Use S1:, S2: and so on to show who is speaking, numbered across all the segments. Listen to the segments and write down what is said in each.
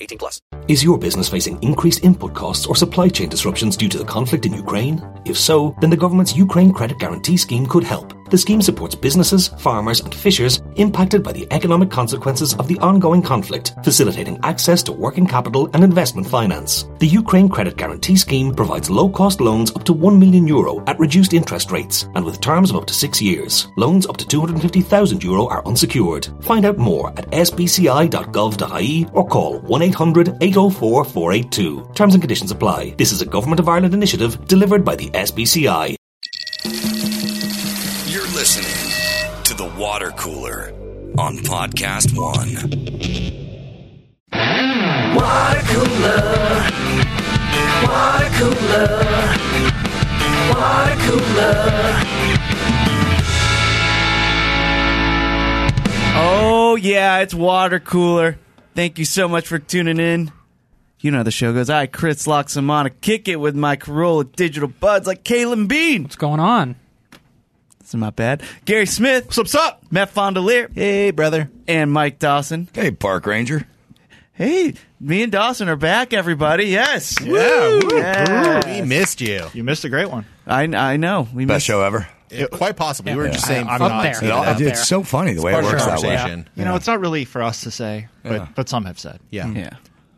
S1: 18 plus.
S2: Is your business facing increased input costs or supply chain disruptions due to the conflict in Ukraine? If so, then the government's Ukraine Credit Guarantee Scheme could help. The scheme supports businesses, farmers, and fishers impacted by the economic consequences of the ongoing conflict, facilitating access to working capital and investment finance. The Ukraine Credit Guarantee Scheme provides low cost loans up to 1 million euro at reduced interest rates and with terms of up to six years. Loans up to 250,000 euro are unsecured. Find out more at sbci.gov.ie E or call 1 800 804 482. Terms and conditions apply. This is a Government of Ireland initiative delivered by the SBCI.
S3: You're listening to The Water Cooler on Podcast One.
S4: Water cooler. Water cooler. Water cooler.
S5: Oh yeah, it's water cooler. Thank you so much for tuning in. You know how the show goes. I, Chris locks him on a kick it with my Corolla digital buds like Kalen Bean.
S6: What's going on?
S5: This is not bad. Gary Smith. What's up, Matt Fondelier. Hey, brother. And Mike Dawson.
S7: Hey, Park Ranger.
S5: Hey, me and Dawson are back, everybody. Yes.
S8: Yeah, woo.
S5: Yes.
S8: we missed you.
S9: You missed a great one.
S5: I, I know. We
S7: Best
S5: missed
S7: show ever.
S8: Quite possibly. We were just
S9: I-
S8: saying,
S9: I'm
S8: fuck
S9: not
S8: it,
S9: saying
S7: It all-
S9: out
S7: it's
S9: there.
S7: so funny the way it
S8: part of the
S7: works that way.
S8: conversation.
S9: You know, it's not really for us to say, but but some have said.
S8: Yeah.
S5: Yeah.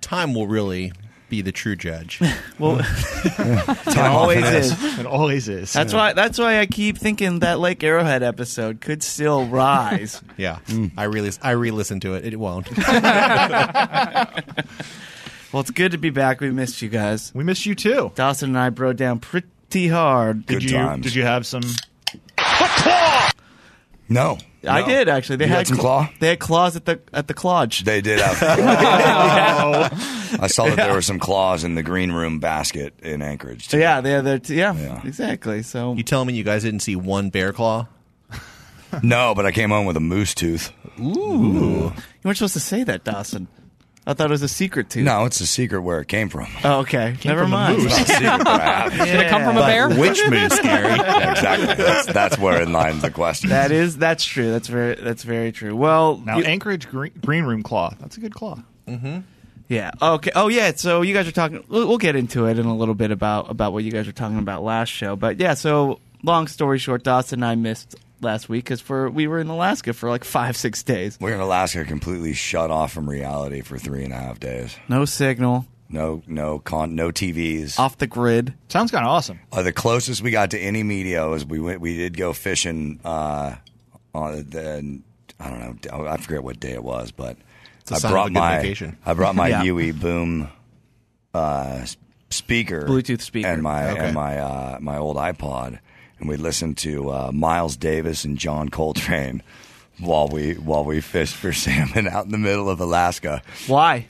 S8: Time will really be the true judge.
S5: Well,
S7: It
S5: always is.
S9: It always is.
S5: That's why. That's why I keep thinking that Lake Arrowhead episode could still rise.
S8: yeah.
S7: Mm.
S8: I really I re-listened to it. It won't.
S5: well, it's good to be back. We missed you guys.
S9: we missed you too.
S5: Dawson and I bro down pretty hard.
S7: Good
S9: did you
S7: times.
S9: did you have some?
S7: No.
S5: I
S7: No.
S5: did actually. They
S7: You
S5: had,
S7: had some
S5: cl-
S7: claw?
S5: They had claws at the at the clodge.
S7: They did have. I saw that there were some claws in the green room basket in Anchorage.
S5: so yeah, they're there. Too. Yeah,
S7: Yeah.
S5: exactly. So
S8: you telling me you guys didn't see one bear claw?
S7: No, but I came home with a moose tooth.
S5: you weren't supposed to say that, Dawson. I thought it was a secret too.
S7: No, it's a secret where it came from.
S5: Oh, okay. Never mind.
S7: It's not a secret, but I have it.
S6: Did it come from a bear?
S7: Which moose, Gary? Yeah, exactly. That's, that's where in lies the question.
S5: That is that's true. That's very that's very true. Well,
S9: Now
S5: you-
S9: Anchorage green, green room claw. That's a good claw.
S5: yeah. Okay. Oh yeah. So you guys are talking. We'll, we'll get into it in a little bit about about what you guys were talking about last show. But yeah. So long story short, Dawson and I missed last week because for we were in Alaska for like five six days.
S7: We're in Alaska, completely shut off from reality for three and a half days.
S5: No signal.
S7: No, no con, no TVs.
S5: Off the grid.
S9: Sounds kind of awesome.
S7: Uh, the closest we got to any media was we went. We did go fishing. Uh, on the, I don't know. I forget what day it was, but
S8: a
S7: I
S8: sign
S7: brought
S8: of a good
S7: my
S8: vacation.
S7: I brought my
S5: Yeah.
S7: Yui Boom uh, s- speaker,
S5: Bluetooth speaker.
S7: and my
S8: Okay.
S7: and my uh, my old iPod, and we listened to uh, Miles Davis and John Coltrane while we while we fished for salmon out in the middle of Alaska
S5: Why?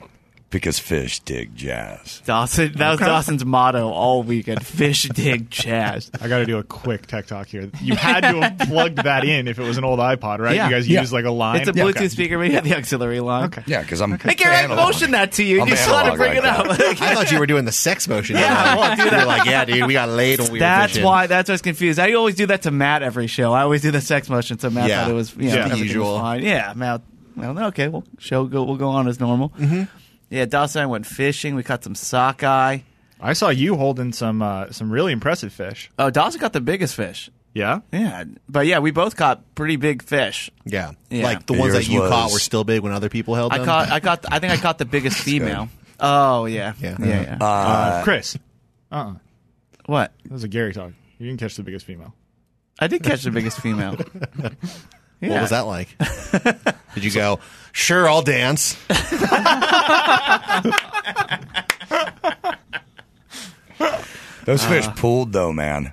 S7: because fish dig jazz.
S5: Dawson. That was Dawson's motto all weekend: fish, dig, jazz.
S9: I got to do a quick tech talk here. You had to have plugged that in if it was an old iPod, right?
S5: Yeah.
S9: You guys
S7: Yeah.
S9: use like a line.
S5: It's a
S9: Okay.
S5: Bluetooth speaker. We have the auxiliary line.
S9: Okay.
S7: Yeah, because I'm.
S5: Hey, Gary, I
S7: analog.
S5: motioned that to you.
S7: I'm
S5: you just wanted to
S7: analog
S5: bring
S7: like
S5: it up.
S8: I thought you were doing the sex motion.
S5: Yeah, well,
S8: you were like, yeah, dude, we got laid when we
S5: That's
S8: were fishing.
S5: why. That's why I was confused. I always do that to Matt every show. I always do the sex motion, so Matt
S8: Yeah.
S5: thought it was you know,
S8: Yeah.
S5: everything was
S8: Usual.
S5: fine. Yeah, Matt. Well, okay. Well, show go. We'll go on as normal.
S8: Mm-hmm.
S5: Yeah, Dawson and I went fishing. We caught some sockeye.
S9: I saw you holding some uh, some really impressive fish.
S5: Oh, Dawson got the biggest fish.
S9: Yeah?
S5: Yeah. But yeah, we both caught pretty big fish.
S8: Yeah.
S5: Yeah.
S8: Like the ones
S5: Yours
S8: that you caught
S5: was-
S8: were still big when other people held
S5: I
S8: them.
S5: caught I caught I think I caught the biggest female. Oh yeah. Yeah. Yeah.
S9: Uh, Chris. Uh uh
S5: What?
S9: That was a Gary talk. You didn't catch the biggest female.
S5: I did catch the biggest female.
S8: What was that like? Did you go, sure, I'll dance?
S7: Those
S5: Ah.
S7: fish pulled though, man.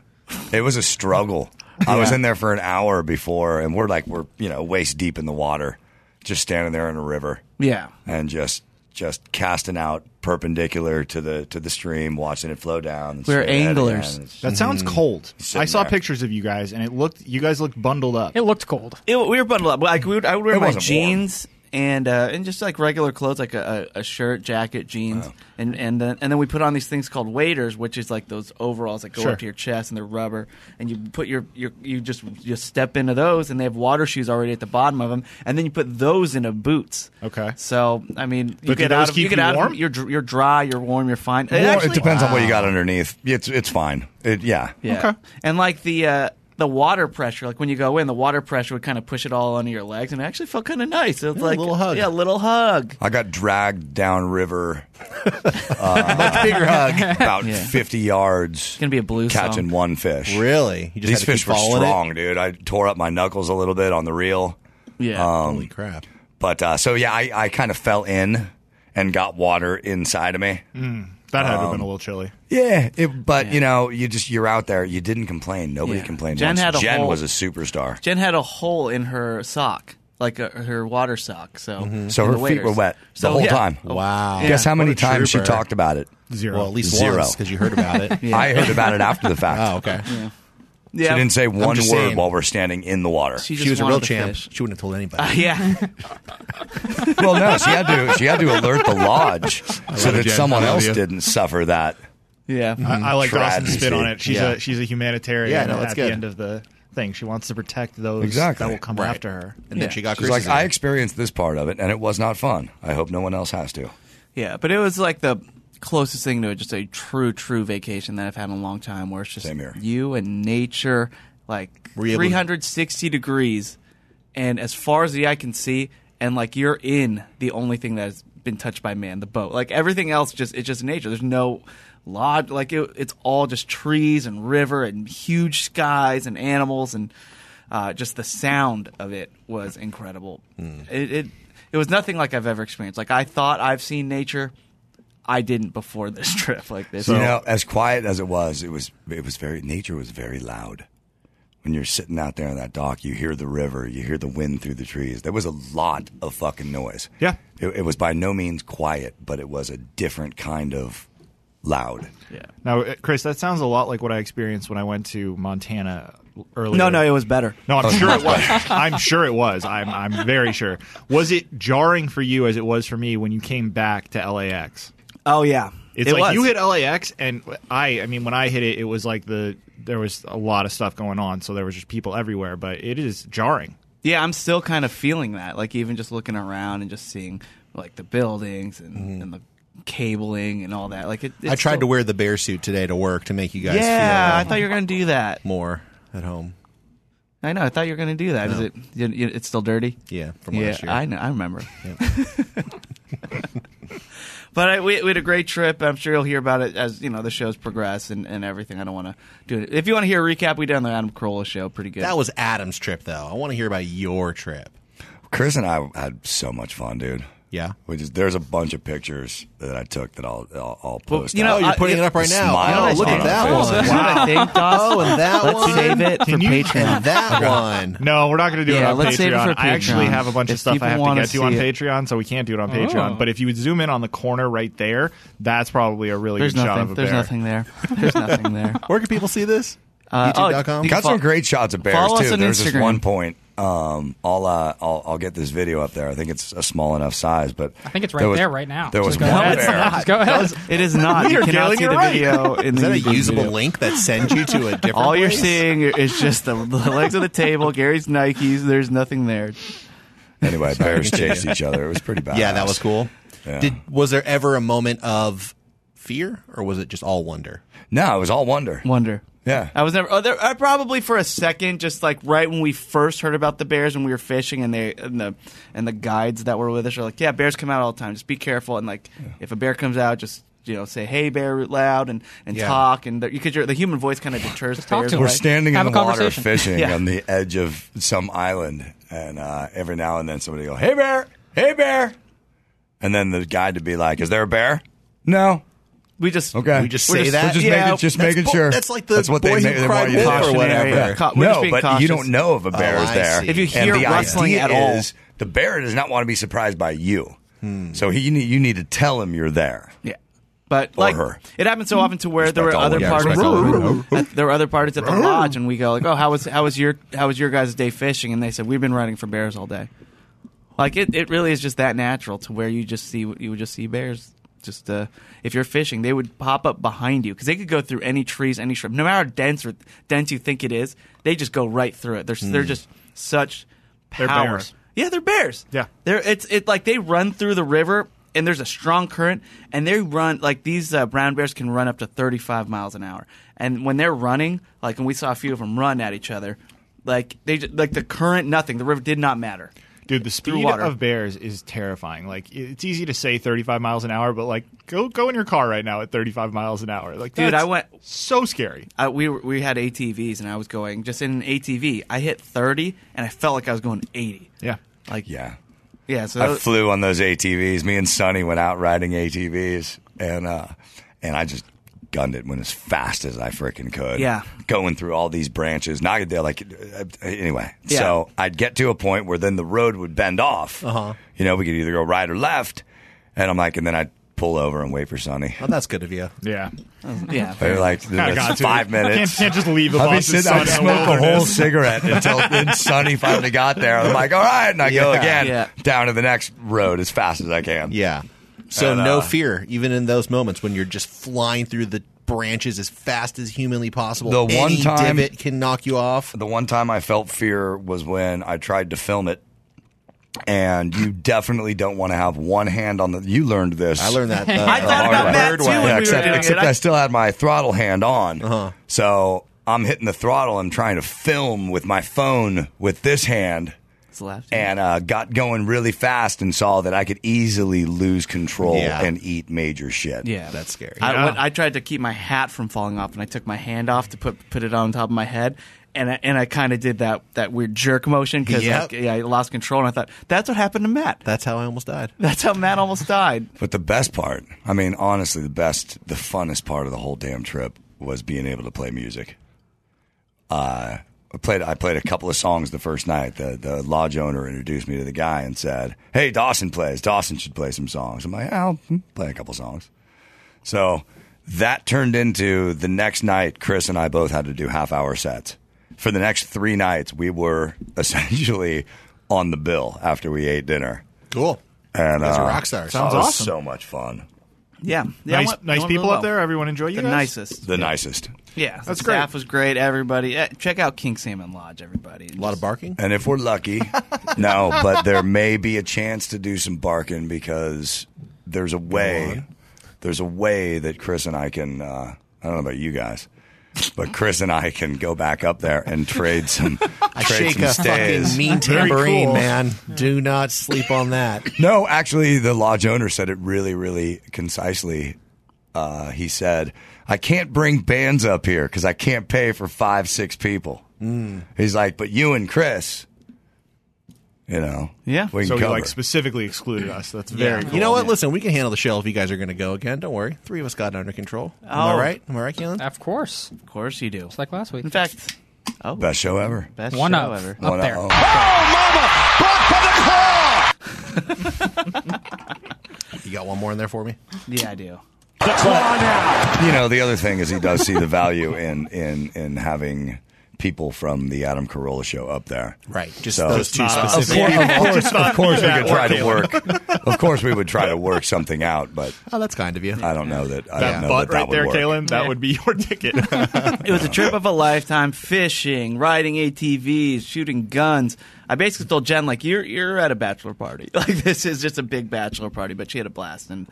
S7: It was a struggle. I was in there for an hour before, and we're like we're you know waist deep in the water, just standing there in a river.
S5: Yeah.
S7: and just just casting out perpendicular to the to the stream, watching it flow down. and straight ahead again. It's-
S9: That sounds
S5: Mm-hmm.
S9: cold.
S7: Sitting
S9: I saw
S7: there.
S9: pictures of you guys, and it looked. You guys looked bundled up.
S5: It looked cold. we were bundled up. Like we would, I would wear
S9: It
S5: my
S9: wasn't warm.
S5: jeans and uh, and just like regular clothes, like a, a a shirt, jacket, jeans, and and then, and then we put on these things called waders, which is like those overalls that go
S9: Sure.
S5: up to your chest and they're rubber, and you put your your you just you step into those, and they have water shoes already at the bottom of them, and then you put those into boots. Okay. So I mean, you
S9: But do
S5: get
S9: those
S5: out of
S9: keep
S5: you get
S9: you
S5: out
S9: warm?
S5: of you're dr- you're dry, you're warm, you're fine.
S7: Well, It,
S5: actually- Ah.
S7: depends on what you got underneath. It's it's fine. It, yeah,
S5: yeah. And like the uh, the water pressure, like when you go in, the water pressure would kind of push it all under your legs, and it actually felt kind of nice. It was like
S7: little hug.
S5: Yeah, little hug.
S7: I got dragged down river.
S8: Much bigger hug.
S7: About
S8: Yeah.
S7: 50 yards. It's
S5: going to be a blue
S7: Catching
S8: song.
S7: one fish.
S8: Really? You just
S7: These
S8: had to
S7: fish
S8: keep
S7: were
S8: following it?
S7: strong, dude. I tore up my knuckles a little bit on the reel. Um,
S5: Yeah.
S8: Holy crap.
S7: But uh, so, yeah, I, I kind of fell in and got water inside of me.
S9: Mm, that had to have been
S7: Um,
S9: a little chilly.
S7: Yeah, it, but you know, you just you're out there. You didn't complain. Nobody
S5: Yeah.
S7: complained.
S5: Jen
S7: once.
S5: had a
S7: Jen
S5: whole-
S7: was a superstar,
S5: Jen had a hole in her sock, like a, her water sock. So
S7: so
S5: in
S7: her
S5: the
S7: feet were
S5: waders.
S7: wet the
S5: So,
S7: whole
S5: yeah.
S7: time.
S5: Oh,
S7: Guess how many
S5: What a
S7: times she
S5: trooper.
S7: talked about it?
S9: Zero. Well, at least
S7: Zero.
S9: once, 'cause you heard about it. Yeah.
S7: I heard about it after the fact.
S9: Oh, okay.
S7: She
S5: Yeah.
S7: didn't say
S5: I'm
S7: one word
S5: just saying.
S7: while we're standing in the water.
S5: She
S8: She
S5: just
S8: was a
S5: wanted
S8: real
S5: the
S8: champ.
S5: fish.
S8: She wouldn't have told anybody.
S5: Uh, yeah.
S7: well, no, she had to. She had to alert the lodge
S8: I
S7: so
S8: love
S7: that
S8: Jen.
S7: someone
S8: I love
S7: else
S8: you.
S7: didn't suffer that.
S5: Yeah. Mm-hmm.
S9: I, I like Dawson's spin
S7: Tragedy.
S9: on it. She's
S7: Yeah.
S9: a she's a humanitarian.
S8: Yeah, no, that's
S9: at
S8: good.
S9: the end of the thing, she wants to protect those
S7: Exactly.
S9: that will come after her.
S7: She's like, I experienced this part of it, and it was not fun. I hope no one else has to.
S5: Yeah, but it was like the closest thing to just a true, true vacation that I've had in a long time, where it's just you and nature, like
S8: you able to-
S5: 360 degrees, and as far as the eye can see, and like you're in the only thing that has been touched by man, the boat. Like everything else, just it's just nature. There's no lodge, like it, it's all just trees and river and huge skies and animals and. Uh, just the sound of it was incredible. It, it it was nothing like I've ever experienced. Like I thought I've seen nature, I didn't before this trip. Like this,
S7: you know, as quiet as it was, it was it was very nature was very loud. When you're sitting out there on that dock, you hear the river, you hear the wind through the trees. There was a lot of fucking noise.
S9: Yeah.
S7: It, it was by no means quiet, but it was a different kind of loud.
S5: Yeah.
S9: Now, uh, Chris, that sounds a lot like what I experienced when I went to Montana earlier.
S5: No, no, it was better.
S9: No,
S5: Oh,
S9: I'm
S5: it
S9: sure
S5: was
S9: it was.
S5: better.
S9: I'm sure it was. I'm I'm very sure. Was it jarring for you as it was for me when you came back to LAX?
S5: Oh yeah,
S9: It's
S5: It
S9: like
S5: was.
S9: you hit LAX, and I. I mean, when I hit it, it was like the there was a lot of stuff going on, so there was just people everywhere. But it is jarring.
S5: yeah, I'm still kind of feeling that. Like even just looking around and just seeing like the buildings and, and the cabling and all that. Like it,
S8: Mm-hmm. I tried to wear the bear suit today to work to make you guys uh,
S5: Yeah, I
S8: feel
S5: thought you were gonna do that.
S8: more at home.
S5: I know. I thought you were gonna do that. Is it? You, you, it's still dirty.
S8: Yeah, from
S5: yeah,
S8: last year.
S5: I know. I remember. but I, we, we had a great trip. I'm sure you'll hear about it as you know the shows progress and, and everything. I don't want to do it. If you want to hear a recap, we did on the Adam Carolla show. Pretty good.
S8: That was Adam's trip, though. I want to hear about your trip.
S7: Chris and I had so much fun, dude.
S8: Yeah.
S7: We just, there's a bunch of pictures that I took that I'll I'll, I'll
S8: Well,
S7: post.
S8: you know,
S7: out.
S8: Oh, you're I- putting it up right now.
S7: Smiles
S8: Oh, look
S7: on
S8: at
S7: our
S8: that
S7: faces.
S8: one.
S5: That's what I think, Doss.
S8: Oh, and that
S5: Let's
S8: one.
S5: save it for Patreon.
S8: And that one.
S9: No, we're not going to do
S5: Yeah,
S9: it on
S5: let's
S9: Patreon.
S5: save it for
S9: I actually
S5: Patreon.
S9: have a bunch
S5: If
S9: of stuff
S5: people
S9: I have to
S5: wanna
S9: get to on
S5: see it.
S9: Patreon, so we can't do it on Patreon.
S5: Oh.
S9: But if you would zoom in on the corner right there, that's probably a really
S5: There's
S9: good shot of
S5: nothing.
S9: a
S5: There's
S9: bear.
S5: nothing there. There's nothing there.
S8: Where can people see this?
S5: Uh, oh,
S8: YouTube.com.
S5: you
S7: Got
S5: fo-
S7: some great shots of bears
S5: follow us
S7: too.
S5: on
S7: There's this
S5: Instagram.
S7: one point. Um, I'll, uh, I'll I'll get this video up there. I think it's a small enough size, but
S6: I think it's right
S7: was-
S6: there right now.
S7: There was
S6: Just go
S7: one
S6: ahead.
S7: bear.
S6: Just go ahead.
S5: It is not. You
S6: You're
S5: cannot
S6: killing
S5: see
S6: it
S5: the
S6: right.
S5: video. In
S8: Is
S5: the
S8: that a
S5: YouTube
S8: usable
S5: video.
S8: link that sends you to a different
S5: All you're
S8: place?
S5: seeing is just the, the legs of the table, Gary's Nikes. There's nothing there.
S7: Anyway, bears
S8: Sorry.
S7: chased each other. It was pretty bad.
S8: Yeah, that was cool.
S7: Yeah.
S8: Did was there ever a moment of fear, or was it just all wonder?
S7: No, it was all wonder.
S5: Wonder.
S7: Yeah.
S5: I was never. Oh, there, I probably for a second, just like right when we first heard about the bears when we were fishing, and they and the and the guides that were with us are like, yeah, bears come out all the time. Just be careful, and like if a bear comes out, just you know say hey bear loud and and
S7: Yeah.
S5: talk and because the human voice kind of deters bears.
S7: We're
S5: away.
S7: standing in the water fishing on the edge of some island, and uh, every now and then somebody will go, "Hey bear, hey bear," and then the guide would be like, "Is there a bear?" No.
S5: We just
S7: okay.
S8: we just say that?
S7: We're just
S8: Yeah,
S7: making, just
S8: that's
S7: making
S8: bu-
S7: sure.
S8: that's like the
S7: what
S8: boy
S7: they
S8: who
S7: make, they
S8: cried
S7: want you
S8: wolf
S7: to
S8: or
S7: do.
S8: whatever.
S7: Yeah.
S5: Ca- we're just
S7: No,
S5: being
S7: but you
S5: cautious.
S7: don't know if a bear
S8: Oh,
S7: is
S8: I
S7: there.
S8: see.
S5: If you hear
S7: and the
S5: rustling
S7: idea
S5: at all-
S7: is the bear does not want to be surprised by you. So he, you need you need to tell him you're there.
S5: Yeah. But
S7: Or
S5: like
S7: her.
S5: it happened so often to where there were
S7: Respect all
S5: other
S7: women. Yeah,
S5: parties,
S7: respect all women.
S5: at, there were other parties at the lodge, and we go like, "Oh, how was how was your how was your guys' day fishing?" And they said, "We've been running for bears all day." Like it, it really is just that natural to where you just see you would just see bears. Just uh, if you're fishing, they would pop up behind you because they could go through any trees, any shrub, no matter how dense or dense you think it is. They just go right through it. They're s
S7: Hmm.
S5: they're just such power.
S9: They're bears.
S5: Yeah, they're bears.
S9: Yeah.
S5: They're it's it like they run through the river and there's a strong current and they run like these uh, brown bears can run up to 35 miles an hour. And when they're running, like and we saw a few of them run at each other, like they ju- like the current nothing, the river did not matter.
S9: Dude, the speed
S5: water.
S9: of bears is terrifying. Like it's easy to say 35 miles an hour, but like go go in your car right now at 35 miles an hour. Like
S5: Dude,
S9: that's
S5: I went
S9: so scary.
S5: I, we were- we had ATVs and I was going just in an ATV. I hit 30 and I felt like I was going 80.
S9: Yeah.
S5: Like yeah,
S7: Yeah.
S5: so
S7: I
S5: that-
S7: flew on those ATVs. Me and Sonny went out riding ATVs, and uh, and I just gunned it went as fast as I freaking could.
S5: Yeah.
S7: going through all these branches. Not they like uh, anyway.
S5: Yeah.
S7: So I'd get to a point where then the road would bend off. Uh-huh. You know, we could either go right or left, and I'm like, and then I'd pull over and wait for Sonny.
S8: Oh, that's good of you.
S9: Yeah.
S5: yeah.
S7: They're like
S9: Kinda got
S7: "That's
S9: to.
S7: five
S9: Can't,
S7: minutes.
S9: can't just leave the
S7: I'd be
S9: boss's
S7: sitting,
S9: son
S7: I'd
S9: in the
S7: smoke a whole
S9: wilderness.
S7: cigarette until then Sonny finally got there. I'm like, all right, and I go
S8: Yeah.
S7: again
S5: Yeah.
S7: down to the next road as fast as I can.
S8: Yeah. So
S7: And, uh,
S8: no fear, even in those moments when you're just flying through the branches as fast as humanly possible.
S7: The one
S8: Any
S7: time-
S8: divot can knock you off.
S7: The one time I felt fear was when I tried to film it. And you definitely don't want to have one hand on the. You learned this.
S8: I learned that. Uh,
S5: I thought
S8: the hard
S5: about
S8: way. Uh-huh.
S5: that too when we were
S7: except
S5: doing
S7: except
S5: it.
S7: I,
S5: I-
S7: still had my throttle hand on. So I'm hitting the throttle. I'm trying to film with my phone with this hand.
S5: It's left.
S7: and uh, got going really fast and saw that I could easily lose control
S8: Yeah.
S7: and eat major shit.
S5: Yeah,
S8: That's scary.
S5: I, what- I tried to keep my hat from falling off, and I took my hand off to put put it on top of my head, and I, and I kind of did that that weird jerk motion because
S8: Yep.
S5: yeah, I lost control, and I thought that's what happened to Matt.
S8: That's how I almost died.
S5: That's how Matt almost died.
S7: But the best part, I mean, honestly, the best, the funnest part of the whole damn trip was being able to play music. Uh, I played. I played a couple of songs the first night. The the lodge owner introduced me to the guy and said, "Hey, Dawson plays. Dawson should play some songs." I'm like, "Oh, "I'll Hmm? play a couple songs." So that turned into the next night. Chris and I both had to do half hour sets. For the next three nights, we were essentially on the bill after we ate dinner.
S8: Cool.
S7: And
S8: You guys
S7: uh,
S8: are rock stars.
S7: that was
S9: awesome.
S7: So much fun.
S5: Yeah, yeah I
S9: Nice,
S5: went- I
S9: nice
S5: went
S9: people
S5: really
S9: up
S5: well.
S9: there. Everyone enjoy you
S5: The
S9: guys?
S5: nicest.
S7: The nicest.
S5: Yeah, the
S9: That's great.
S5: staff was great. Everybody, eh, check out King Salmon Lodge. Everybody,
S8: A lot of barking.
S7: And if we're lucky, no, but there may be a chance to do some barking because there's a way, there's a way that Chris and I can. Uh, I don't know about you guys, but Chris and I can go back up there and trade some
S8: I
S7: trade
S8: shake
S7: some
S8: a
S7: stays.
S8: fucking mean
S9: Very
S8: tambourine,
S9: cool.
S8: man. Do not sleep on that.
S7: No, actually, the lodge owner said it really, really concisely. Uh, he said, "I can't bring bands up here because I can't pay for five, six people."
S8: Hmm.
S7: He's like, "But you and Chris, you know,
S5: Yeah.
S7: we can
S9: So he
S7: cover."
S9: like specifically excluded us. That's very cool.
S8: You know what? Listen, we can handle the shell if you guys are going to go again. Don't worry. Three of us got it under control. Am I
S5: Oh.
S8: right? Am I right, Keelan?
S6: Of course,
S5: Of course, you do.
S6: just like last week.
S5: In fact, oh,
S7: Best show ever.
S5: best
S6: one
S5: show
S6: of
S5: ever.
S6: up
S7: One-
S6: there.
S7: oh.
S8: You got one more in there for me?
S5: Yeah, I do.
S7: You know, the other thing is he does see the value in in in having people from the Adam Carolla show up there.
S8: Right. Just
S7: So-
S8: those two
S7: Of
S8: specific.
S7: course, of course, of course we
S9: that
S7: could try to work. Of course, we would try to work something out, but
S8: Oh, that's kind of you.
S7: I don't know that. I
S9: That
S7: don't know
S9: butt
S7: that that
S9: right
S7: would
S9: there,
S7: work.
S9: Kalen. That would be your ticket.
S5: It was a trip of a lifetime: fishing, riding ATVs, shooting guns. I basically told Jen, like, you're you're at a bachelor party. Like, this is just a big bachelor party, but she had a blast, and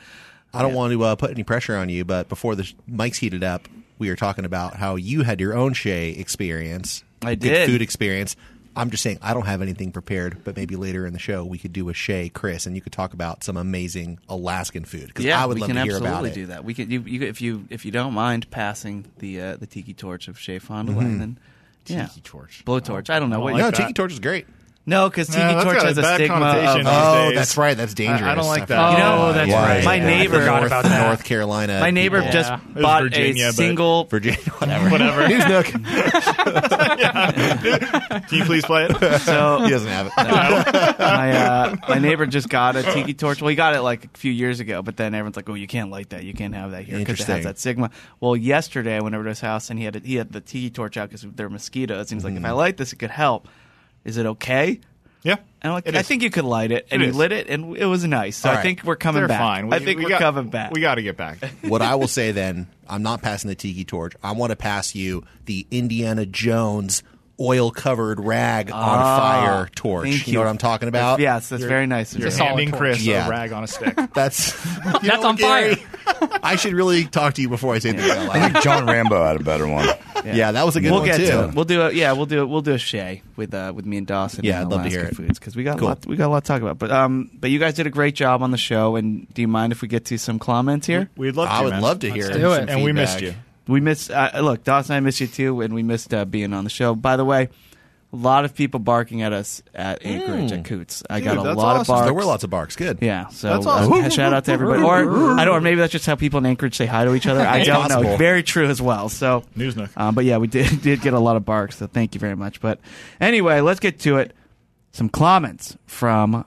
S8: I don't want to uh, put any pressure on you, but before the sh- mics heated up, we were talking about how you had your own Shay experience.
S5: I
S8: good
S5: did.
S8: food experience. I'm just saying I don't have anything prepared, but maybe later in the show we could do a Shay Chris and you could talk about some amazing Alaskan food because I would
S5: we
S8: love
S5: can
S8: to hear
S5: absolutely
S8: about it.
S5: do that. We can, you, you, if you if you don't mind passing the uh, the tiki torch of Shea Fond du Lac,
S8: Mhm.
S5: then yeah.
S8: Tiki torch.
S5: blowtorch. I don't know.
S8: I
S5: what
S8: like
S5: you-
S8: Oh, No, tiki torch is great.
S5: No, because tiki
S8: Yeah, that's
S5: torch
S8: got a
S5: has a
S8: bad
S5: stigma.
S8: connotation
S5: Of,
S8: these Oh, days. that's right, that's dangerous.
S9: I, I don't
S8: I
S9: like
S8: forgot
S9: that.
S8: You know, about that's that. right.
S5: My
S8: Yeah, I
S5: neighbor,
S8: forgot about North- that. North Carolina
S5: My neighbor
S8: people.
S5: just
S8: Yeah. It was
S5: bought
S8: Virginia,
S5: a
S8: but-
S5: single
S8: Virginia, whatever. Whatever. News Nook.
S9: Can you please play it?
S5: So
S8: He doesn't have it.
S5: my uh, my neighbor just got a tiki torch. Well, he got it like a few years ago, but then everyone's like, "Oh, you can't light that. You can't have that here because it
S8: Interesting.
S5: has that sigma." Well, yesterday I went over to his house and he had a, he had the tiki torch out because there were mosquitoes. And he's like, "If I light this, it could help. Is it okay?"
S9: Mm-hmm. Yeah,
S5: and I'm like,
S9: it
S5: I
S9: is.
S5: think you could light it, and
S9: It
S5: he
S9: is.
S5: lit it, and it was nice. So
S8: All
S5: I
S8: right.
S5: think we're coming
S9: They're
S5: back.
S9: fine. We-
S5: I think
S9: we
S5: are
S9: got-
S5: coming back.
S9: We got to get back.
S8: what I will say then, I'm not passing the tiki torch. I want to pass you the Indiana Jones oil covered rag on
S5: Ah,
S8: fire torch.
S5: thank
S8: You know
S5: you.
S8: what I'm talking about?
S5: Yes, that's very nice. of
S9: You're
S5: you.
S9: handing Chris
S8: Yeah.
S9: a rag on a stick.
S8: That's
S6: That's on fire.
S8: I should really talk to you before I say this out
S7: I
S8: loud.
S7: think John Rambo had a better one.
S8: Yeah. that was a good
S5: we'll
S8: one
S5: get
S8: too.
S5: to it. We'll do it. Yeah, we'll do it. We'll do a Shay with uh, with me and Dawson.
S8: Yeah,
S5: and
S8: I'd love to hear
S5: Alaska
S8: it.
S5: Foods because we got
S8: Cool.
S5: a lot, we got a lot to talk about. But um, but you guys did a great job on the show. And do you mind if we get to some comments here?
S9: We'd love. To,
S8: I would
S9: man.
S8: love to
S9: Let's
S8: hear
S9: do
S8: some
S9: it. And we missed you.
S8: feedback.
S5: We missed uh, look Dawson. I missed you too, and we missed uh, being on the show. By the way, a lot of people barking at us at Anchorage at Coots. I got
S8: Dude,
S5: a
S8: that's
S5: lot
S8: awesome.
S5: of barks.
S8: Mm. There were lots of barks. Good.
S5: Yeah, so
S8: That's
S5: uh,
S8: awesome.
S5: shout out to everybody. Or I don't, or maybe that's just how people in Anchorage say hi to each other. I
S8: It's
S5: don't know.
S8: possible.
S5: Very true as well. So
S9: News Nook.
S5: Um, but yeah, we did did get a lot of barks. So thank you very much. But anyway, let's get to it. Some comments from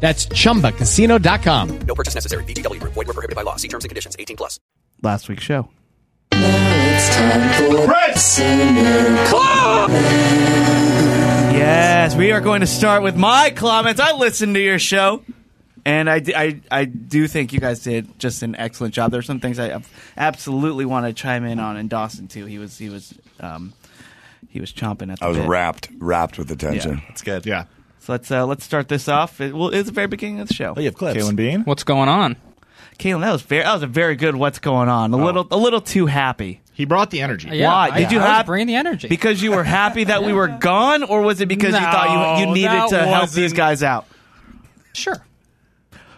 S10: That's chumbacasino.com.
S1: No purchase necessary. VGW Group. Void were prohibited by law. See terms and conditions. 18 plus.
S5: last week's show. Yes, we are going to start with my comments. I listened to your show, and I, d- I- I do think you guys did just an excellent job. There are some things I absolutely want to chime in on, and Dawson too. He was he was um, he was chomping at the
S7: I was
S5: bit.
S7: wrapped, wrapped with attention.
S8: That's good.
S9: Yeah.
S5: So let's uh, let's start this off. It, well, it's the very beginning of the show.
S8: Oh, you have clips.
S9: Kalen Bean.
S6: What's going on?
S5: Caitlin, that was very that was a very good. What's going on? A
S8: Oh.
S5: little a little too happy.
S9: He brought the energy.
S6: Yeah,
S5: Why?
S6: I-
S5: Did you
S6: I was
S5: have-
S6: bringing the energy?
S5: Because you were happy that we were gone, or was it because you thought you you
S6: No,
S5: needed to
S6: that
S5: help these
S6: wasn't-
S5: guys out?
S6: sure.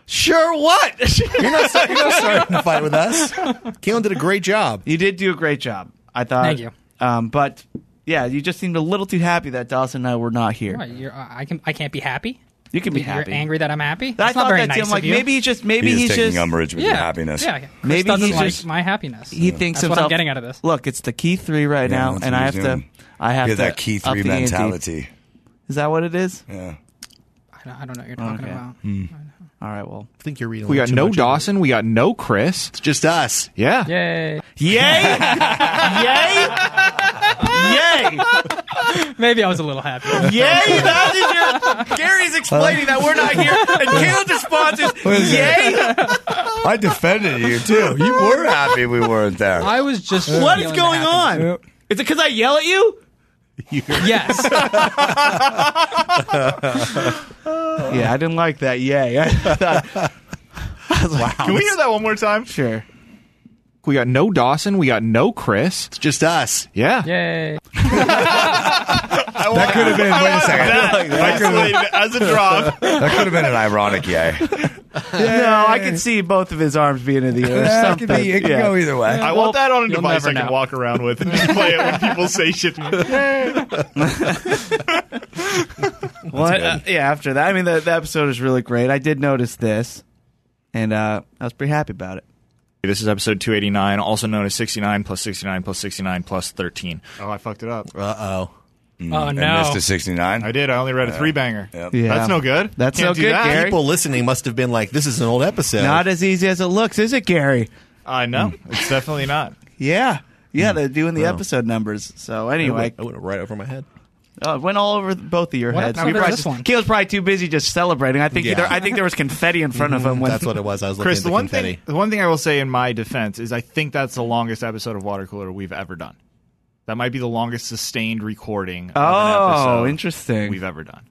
S5: Sure, what?
S8: You're not, you're not starting to fight with us. Kalen did a great job.
S5: You did do a great job. I thought.
S6: Thank you.
S5: Um, but yeah, you just seemed a little too happy that Dawson and I were not here.
S6: What, you're, uh, I can I can't be happy.
S5: You can be
S6: you're
S5: happy.
S6: angry that I'm happy.
S5: I
S6: That's
S5: thought
S6: not very
S5: that too.
S6: nice
S5: I'm like
S6: of you.
S5: maybe he's just maybe
S7: He is
S5: he's
S7: taking
S5: just
S7: umbrage with
S6: yeah,
S7: your happiness.
S6: Yeah, yeah. Chris
S5: Maybe
S6: doesn't
S5: he's
S6: like
S5: just-
S6: my happiness.
S5: he thinks
S6: That's what I'm
S5: himself.
S6: getting out of this.
S5: Look, it's the key three right
S7: Yeah,
S5: now,
S7: that's
S5: and
S7: what
S5: I have
S7: he's
S5: to.
S7: doing.
S5: I have
S7: You have
S5: to
S7: that key
S5: up
S7: three
S5: the ante.
S7: mentality.
S5: Is that what it is?
S7: Yeah.
S6: I don't, I don't know what you're talking
S5: Okay.
S6: about.
S5: All right. Well,
S8: I think you're reading.
S11: We
S8: a little
S11: got
S8: too
S11: no
S8: much.
S11: Dawson. We got no Chris.
S8: It's just us.
S11: Yeah.
S6: Yay!
S5: yay, yay, yay!
S6: Maybe I was a little happy.
S5: Yay! That is your. Gary's explaining that we're not here, and Caleb responds, "Yay!
S7: I defended you too. You were happy we weren't there.
S6: I was just.
S5: What is going on? Is it because I yell at you?"
S6: Yes.
S5: Yeah, I didn't like that. Yay!
S9: Can we hear that one more time?
S5: sure.
S11: We got no Dawson. We got no Chris.
S8: It's just us.
S11: Yeah.
S6: Yay!
S7: Oh, that could have been. Wait a second. That could have been,
S9: As a drop.
S7: that could have been an ironic yay.
S5: No, I can see both of his arms being in the air. or
S7: Yeah, it
S5: something.
S7: could be. It could
S5: Yeah.
S7: go either way.
S9: I want that on a
S6: You'll
S9: device
S6: never
S9: I can
S6: know.
S9: walk around with and just play it when people say shit to me.
S5: Well, uh, yeah, after that, I mean, the, the episode is really great. I did notice this, and uh, I was pretty happy about it.
S11: This is episode 289, also known as 69 plus 69 plus 69 plus 13.
S9: Oh, I fucked it up.
S8: Uh oh.
S6: oh
S7: And
S6: no!
S7: Mm, missed a
S9: I
S7: sixty-nine.
S9: did. I only read a three banger.
S7: Yep.
S5: Yeah.
S9: That's no good.
S5: That's
S9: Can't
S5: no
S9: do
S5: good,
S9: that.
S5: Gary.
S8: People listening must have been like, "This is an old episode."
S5: Not as easy as it looks, is it, Gary?
S9: I know. It's definitely not.
S5: Yeah. Yeah, they're doing the
S7: Wow.
S5: episode numbers. So
S7: I
S5: anyway,
S7: went-
S8: I went right over my head.
S5: Oh, it went all over th- both of your
S8: What
S5: heads. You
S8: happened to
S5: probably
S8: this
S5: just-
S8: one?
S5: Keel's probably too busy just celebrating. I think
S9: Yeah.
S5: there, I think there was confetti in front of him. When,
S8: That's what it was. I was
S9: Chris, the one thing the one thing I will say in my defense is I think that's the longest episode of Water Cooler we've ever done. That might be the longest sustained recording.
S5: Oh,
S9: of an episode
S5: interesting.
S9: We've ever done.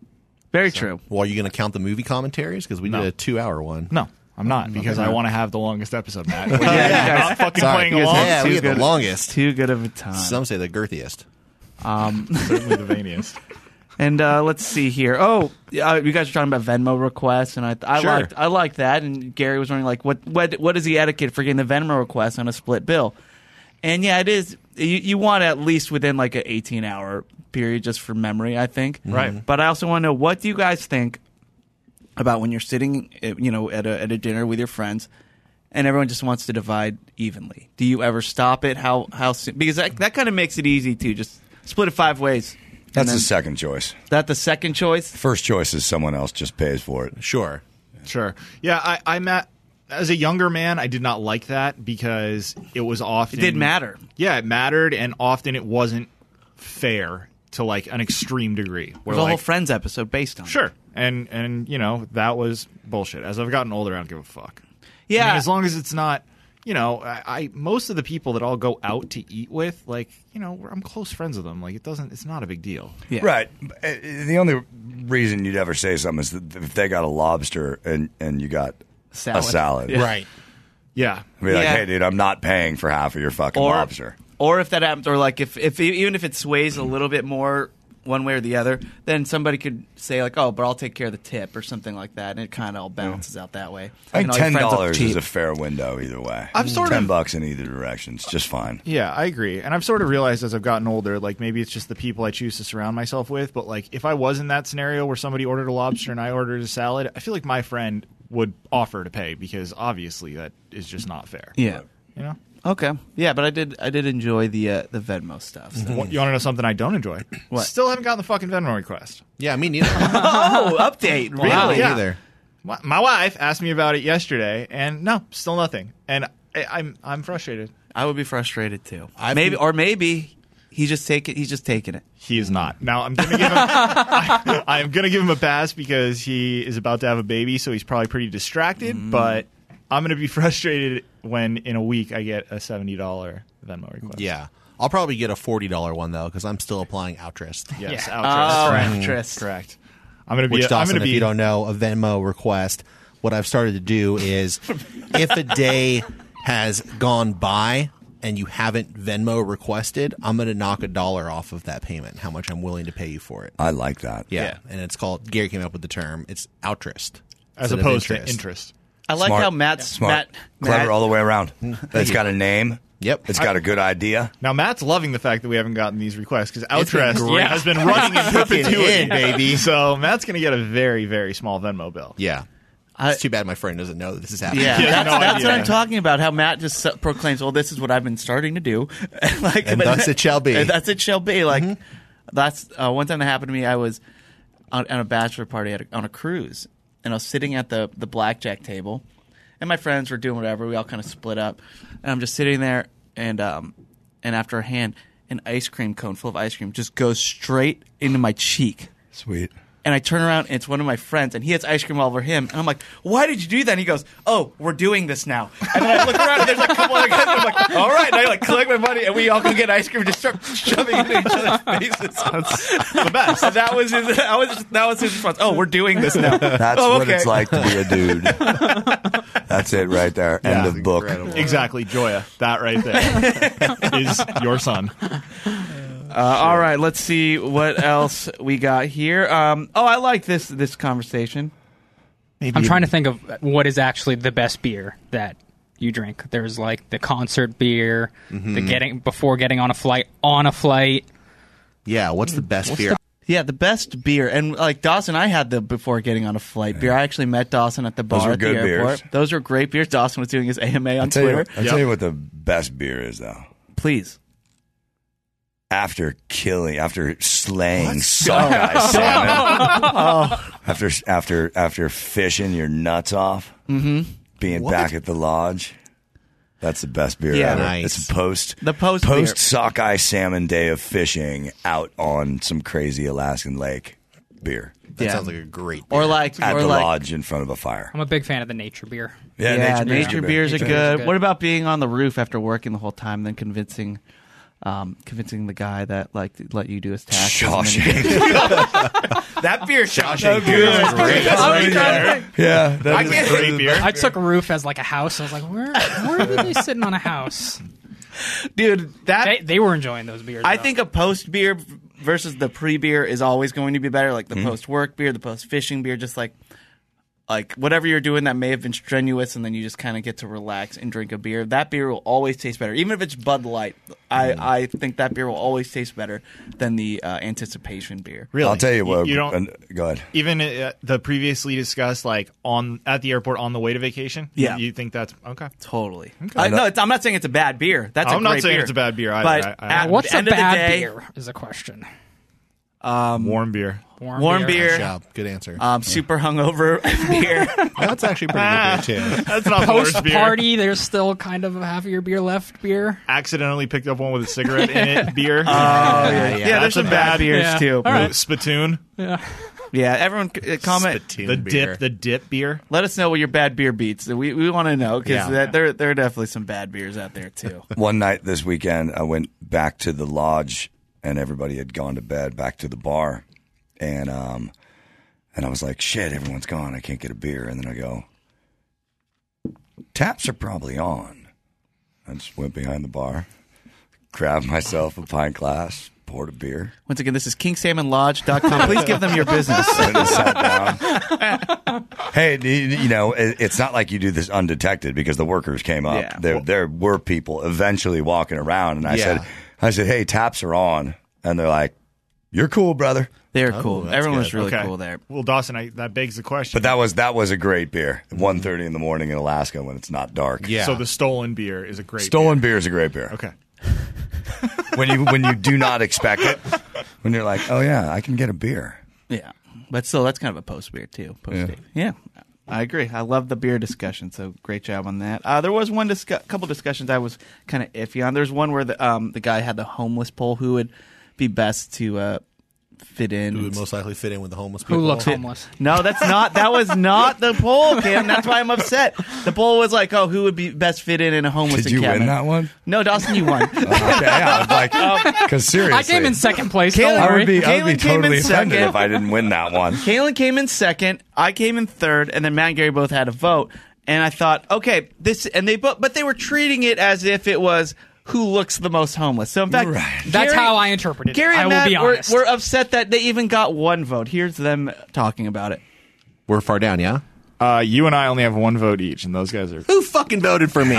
S5: Very true.
S8: Well, are you going to count the movie commentaries? Because we
S9: No.
S8: did a two-hour one.
S9: No, I'm not because I
S8: not.
S9: want to have the longest episode, Matt.
S8: Yeah,
S9: yeah,
S8: you
S9: not
S8: guys-
S9: fucking
S8: sorry,
S9: playing
S8: you guys
S9: along.
S8: had Yeah, we too had the good- longest.
S5: Too good of a time.
S8: Some say the girthiest.
S5: Um,
S9: certainly the veiniest.
S5: And uh, let's see here. Oh, uh, you guys are talking about Venmo requests, and I, I
S9: Sure.
S5: liked I liked that. And Gary was wondering like, what what what is the etiquette for getting the Venmo request on a split bill? And yeah, it is. You, you want at least within like an eighteen hour period, just for memory, I think.
S9: Mm-hmm. Right.
S5: But I also want to know what do you guys think about when you're sitting, uh, you know, at a at a dinner with your friends, and everyone just wants to divide evenly. Do you ever stop it? How how soon? Because that, that kind of makes it easy to just split it five ways. and
S7: That's
S5: then-
S7: the second choice.
S5: That the second choice?
S7: First choice is someone else just pays for it.
S8: Sure.
S9: Sure. Yeah, I, I'm at. As a younger man, I did not like that because it was often
S5: It did matter.
S9: Yeah, it mattered, and often it wasn't fair to like an extreme degree. Where
S5: There's a
S9: like,
S5: whole Friends episode based on it.
S9: sure, and and you know that was bullshit. As I've gotten older, I don't give a fuck.
S5: Yeah.
S9: I mean, as long as it's not, you know, I, I most of the people that I'll go out to eat with, like you know, we're- I'm close friends with them. Like it doesn't, it's not a big deal.
S7: Right. Uh, The only reason you'd ever say something is that if they got a lobster and, and you got a salad.
S9: Yeah.
S7: I'd be like,
S5: Yeah.
S7: hey, dude, I'm not paying for half of your fucking
S5: Or-
S7: lobster.
S5: Or if that happens, or like if, if e, even if it sways a little bit more one way or the other, then somebody could say like, "Oh, but I'll take care of the tip" or something like that, and it kind of all balances out that way.
S7: I
S5: And
S7: think
S5: all your
S7: ten
S5: friends will
S7: dollars
S5: cheat.
S7: is a fair window either way.
S9: I've sort
S7: ten
S9: of-
S7: bucks in either direction. It's just fine.
S9: Yeah, I agree. And I've sort of realized as I've gotten older, like maybe it's just the people I choose to surround myself with. But like if I was in that scenario where somebody ordered a lobster and I ordered a salad, I feel like my friend would offer to pay because obviously that is just not fair.
S5: Yeah.
S9: You know?
S5: Okay. Yeah, but I did I did enjoy the uh, the Venmo stuff. so.
S9: What- you want to know something I don't enjoy?
S5: What?
S9: Still haven't gotten the fucking Venmo request.
S8: Yeah, me neither.
S5: oh, update. Really?
S9: Yeah. My, my wife asked me about it yesterday, and no, still nothing. And I, I'm I'm frustrated.
S5: I would be frustrated too.
S9: I've
S5: maybe
S9: been-
S5: or maybe he just take it. He's just taking it.
S9: He is not. Now I'm gonna give him. I, I'm gonna give him a pass because he is about to have a baby, so he's probably pretty distracted.
S5: Mm.
S9: But I'm gonna be frustrated when in a week I get a seventy dollar Venmo request.
S8: Yeah. I'll probably get a $40 one, though, because I'm still applying Outrest.
S9: Yes,
S5: Yeah.
S9: Outrest.
S5: Oh,
S9: correct.
S5: Outrest.
S9: Correct. I'm gonna be.
S8: Which,
S9: I'm
S8: Dawson,
S9: gonna
S8: if
S9: be.
S8: you don't know, a Venmo request. What I've started to do is, if a day has gone by and you haven't Venmo requested, I'm going to knock a dollar off of that payment. How much I'm willing to pay you for it.
S7: I like that.
S8: Yeah, and it's called. Gary came up with the term. It's outrest
S9: As
S8: instead of
S9: opposed to interest.
S5: I like
S7: Smart.
S5: how Matt's
S7: Smart.
S5: Matt,
S7: Clever
S5: Matt-
S7: all the way around. It's
S8: you.
S7: got a name.
S8: Yep.
S7: It's got a good idea.
S9: Now Matt's loving the fact that we haven't gotten these requests because
S8: It's been
S9: Outrest
S8: great.
S9: has been running in
S8: Kicking
S9: perpetuity,
S8: in, baby.
S9: So Matt's gonna get a very very small Venmo bill.
S8: Yeah, it's too bad my friend doesn't know that this is happening.
S5: Yeah,
S9: He has
S5: that's,
S9: no
S5: that's
S9: idea.
S5: what I'm talking about. How Matt just so- proclaims, "Well, this is what I've been starting to do," like,
S8: And
S5: but-
S8: thus it shall be. Mm-hmm.
S5: And thus it shall be. Like that's uh, one time that happened to me. I was on, on a bachelor party at a, on a cruise, and I was sitting at the the blackjack table, and my friends were doing whatever. We all kind of split up, and I'm just sitting there, and um, and after a hand, an ice cream cone full of ice cream just goes straight into my cheek.
S7: Sweet.
S5: And I turn around and it's one of my friends and he has ice cream all over him. And I'm like, why did you do that? And he goes, oh, we're doing this now. And then I look around and there's like a couple other guys. And I'm like, all right. And I like collect my money and we all go get ice cream and just start shoving it in each other's faces. the best. that was his, that was, that was his response. Oh, we're doing this now.
S7: That's
S5: Oh,
S7: what
S5: okay.
S7: it's like to be a dude. That's it right there. End of book.
S9: Exactly, Joya. That right there is your son.
S5: Uh, all right, let's see what else we got here. Um, oh, I like this this conversation.
S6: I'm trying to think of what is actually the best beer that you drink. There's like the concert beer, the
S8: Mhm.
S6: getting before getting on a flight, on a flight.
S8: Yeah, what's the best
S6: What's
S8: beer?
S5: Yeah, the best beer. And like Dawson, I had the before getting on a flight beer. I actually met Dawson at the bar
S7: Those were
S5: at the
S7: good
S5: airport.
S7: beers.
S5: Those were great beers. Dawson was doing his AMA on
S7: I'll tell, you,
S5: Twitter.
S7: what- I'll tell you what the best beer is, though.
S5: Please.
S7: After killing, after slaying sockeye salmon,
S5: Oh.
S7: after after after fishing your nuts off,
S5: Mhm.
S7: being
S5: What?
S7: back at the lodge, That's the best beer
S5: Yeah.
S7: ever.
S5: Nice.
S7: It's a post
S5: The post beer.
S7: post sockeye salmon day of fishing out on some crazy Alaskan lake beer.
S6: That Yeah. sounds like a great
S7: Or
S6: beer.
S7: like at
S6: or
S7: the
S6: like-
S7: lodge in front of a fire.
S6: I'm a big fan of the nature beer.
S7: Yeah,
S5: Yeah,
S7: nature beers
S5: nature
S7: are good.
S5: beers are
S7: Nature
S5: good.
S7: beers are good.
S5: What about being on the roof after working the whole time, then convincing, um, convincing the guy that like let you do his taxes?
S11: Shawshank. that beer shot no good.
S5: I was trying to think.
S7: Yeah,
S5: that I is can't- great beer.
S6: I took roof as like a house. I was like, where, where were they sitting on a house?
S5: Dude, that
S6: they, they were enjoying those beers.
S5: I
S6: though.
S5: think a post beer versus the pre beer is always going to be better. Like the
S9: Mm-hmm.
S5: post work beer, the post fishing beer, just like like whatever you're doing that may have been strenuous, and then you just kind of get to relax and drink a beer. That beer will always taste better, even if it's Bud Light. I
S9: Mm-hmm.
S5: I think that beer will always taste better than the uh, anticipation beer.
S9: Really?
S7: I'll tell you what.
S9: You- you don't-
S7: and- go ahead.
S9: Even uh, the previously discussed, like on at the airport on the way to vacation. you-
S5: Yeah.
S9: you, think that's okay?
S5: Totally. I- no, it's, I'm not saying it's a bad beer. That's a
S9: I'm not
S5: great
S9: saying
S5: beer.
S9: it's a bad beer either.
S5: But
S9: I- I-
S5: at
S6: what's
S5: the
S6: a
S5: end of the
S6: bad
S5: day-
S6: beer is a question.
S5: Um,
S9: warm beer.
S6: Warm
S5: warm
S6: beer.
S5: beer.
S6: Good job.
S8: Good answer.
S5: Um, Super hungover beer.
S8: That's actually pretty good beer too.
S9: That's not the
S6: Post
S9: worst beer.
S6: party, there's still kind of half of your beer left. Beer.
S9: Accidentally picked up one with a cigarette in it. Beer.
S5: Oh, yeah. Yeah,
S9: That's
S5: there's
S9: a
S5: some bad beers,
S6: Yeah.
S5: too. All right.
S9: Spittoon.
S6: Yeah.
S5: Yeah, everyone c- uh, comment
S9: The dip. The dip beer.
S5: Let us know what your bad beer beats. We we want to know because
S9: Yeah.
S5: there there are definitely some bad beers out there too.
S7: One night this weekend, I went back to the lodge, and everybody had gone to bed. Back to the bar, and um, and I was like, "Shit, everyone's gone. I can't get a beer." And then I go, "Taps are probably on." I just went behind the bar, grabbed myself a pint glass, poured a beer.
S5: Once again, this is kingsalmonlodge.com. Please give them your business.
S7: And I sat down. Hey, you you know, it- it's not like you do this undetected because the workers came up.
S5: Yeah.
S7: There, there were people eventually walking around, and I
S5: Yeah.
S7: said, "I said, hey, taps are on," and they're like, "You're cool, brother."
S5: They're
S7: Oh,
S5: cool.
S7: that's
S5: Everyone
S7: good.
S5: was really
S7: Okay.
S5: cool there.
S9: Well, Dawson, I, that begs the question.
S7: But that was that was a great beer. One thirty in the morning in Alaska when it's not dark.
S9: So the stolen beer is a great.
S7: stolen beer. is a great beer.
S9: Okay.
S7: when you when you do not expect it, when you're like, oh yeah, I can get a beer.
S5: Yeah, but still, that's kind of a post beer too. Post beer. Yeah. I agree. I love the beer discussion. So great job on that. Uh, there was one discu- couple discussions I was kind of iffy on. There's one where the um, the guy had the homeless poll who would be best to uh, fit in.
S8: Who would most likely fit in with the homeless
S5: Who
S8: people?
S5: looks homeless? No, that's not. That was not the poll, Cam. That's why I'm upset. The poll was like, "Oh, who would be best fit in in a homeless?"
S7: Did you
S5: encampment?
S7: win that one?
S5: No, Dawson, you won.
S7: Okay, yeah, I'm
S5: Um,
S7: like, because seriously,
S6: I came in second place.
S5: Caleb-
S6: don't
S7: I
S6: worry.
S7: would be, I would be
S5: Caitlin came in
S7: totally offended
S5: second.
S7: if I didn't win that one.
S5: Kalen came in second. I came in third, and then Matt and Gary both had a vote. And I thought, okay, this, and they but but they were treating it as if it was who looks the most homeless. So in fact,
S6: That's
S5: Gary-
S6: how I interpreted
S5: Gary
S6: it. I
S5: and
S6: will
S5: Matt
S6: be
S5: were,
S6: honest.
S5: were upset that they even got one vote. Here's them talking about it.
S8: We're far down, yeah.
S11: Uh, you and I only have one vote each, and those guys are.
S8: Who fucking voted for me?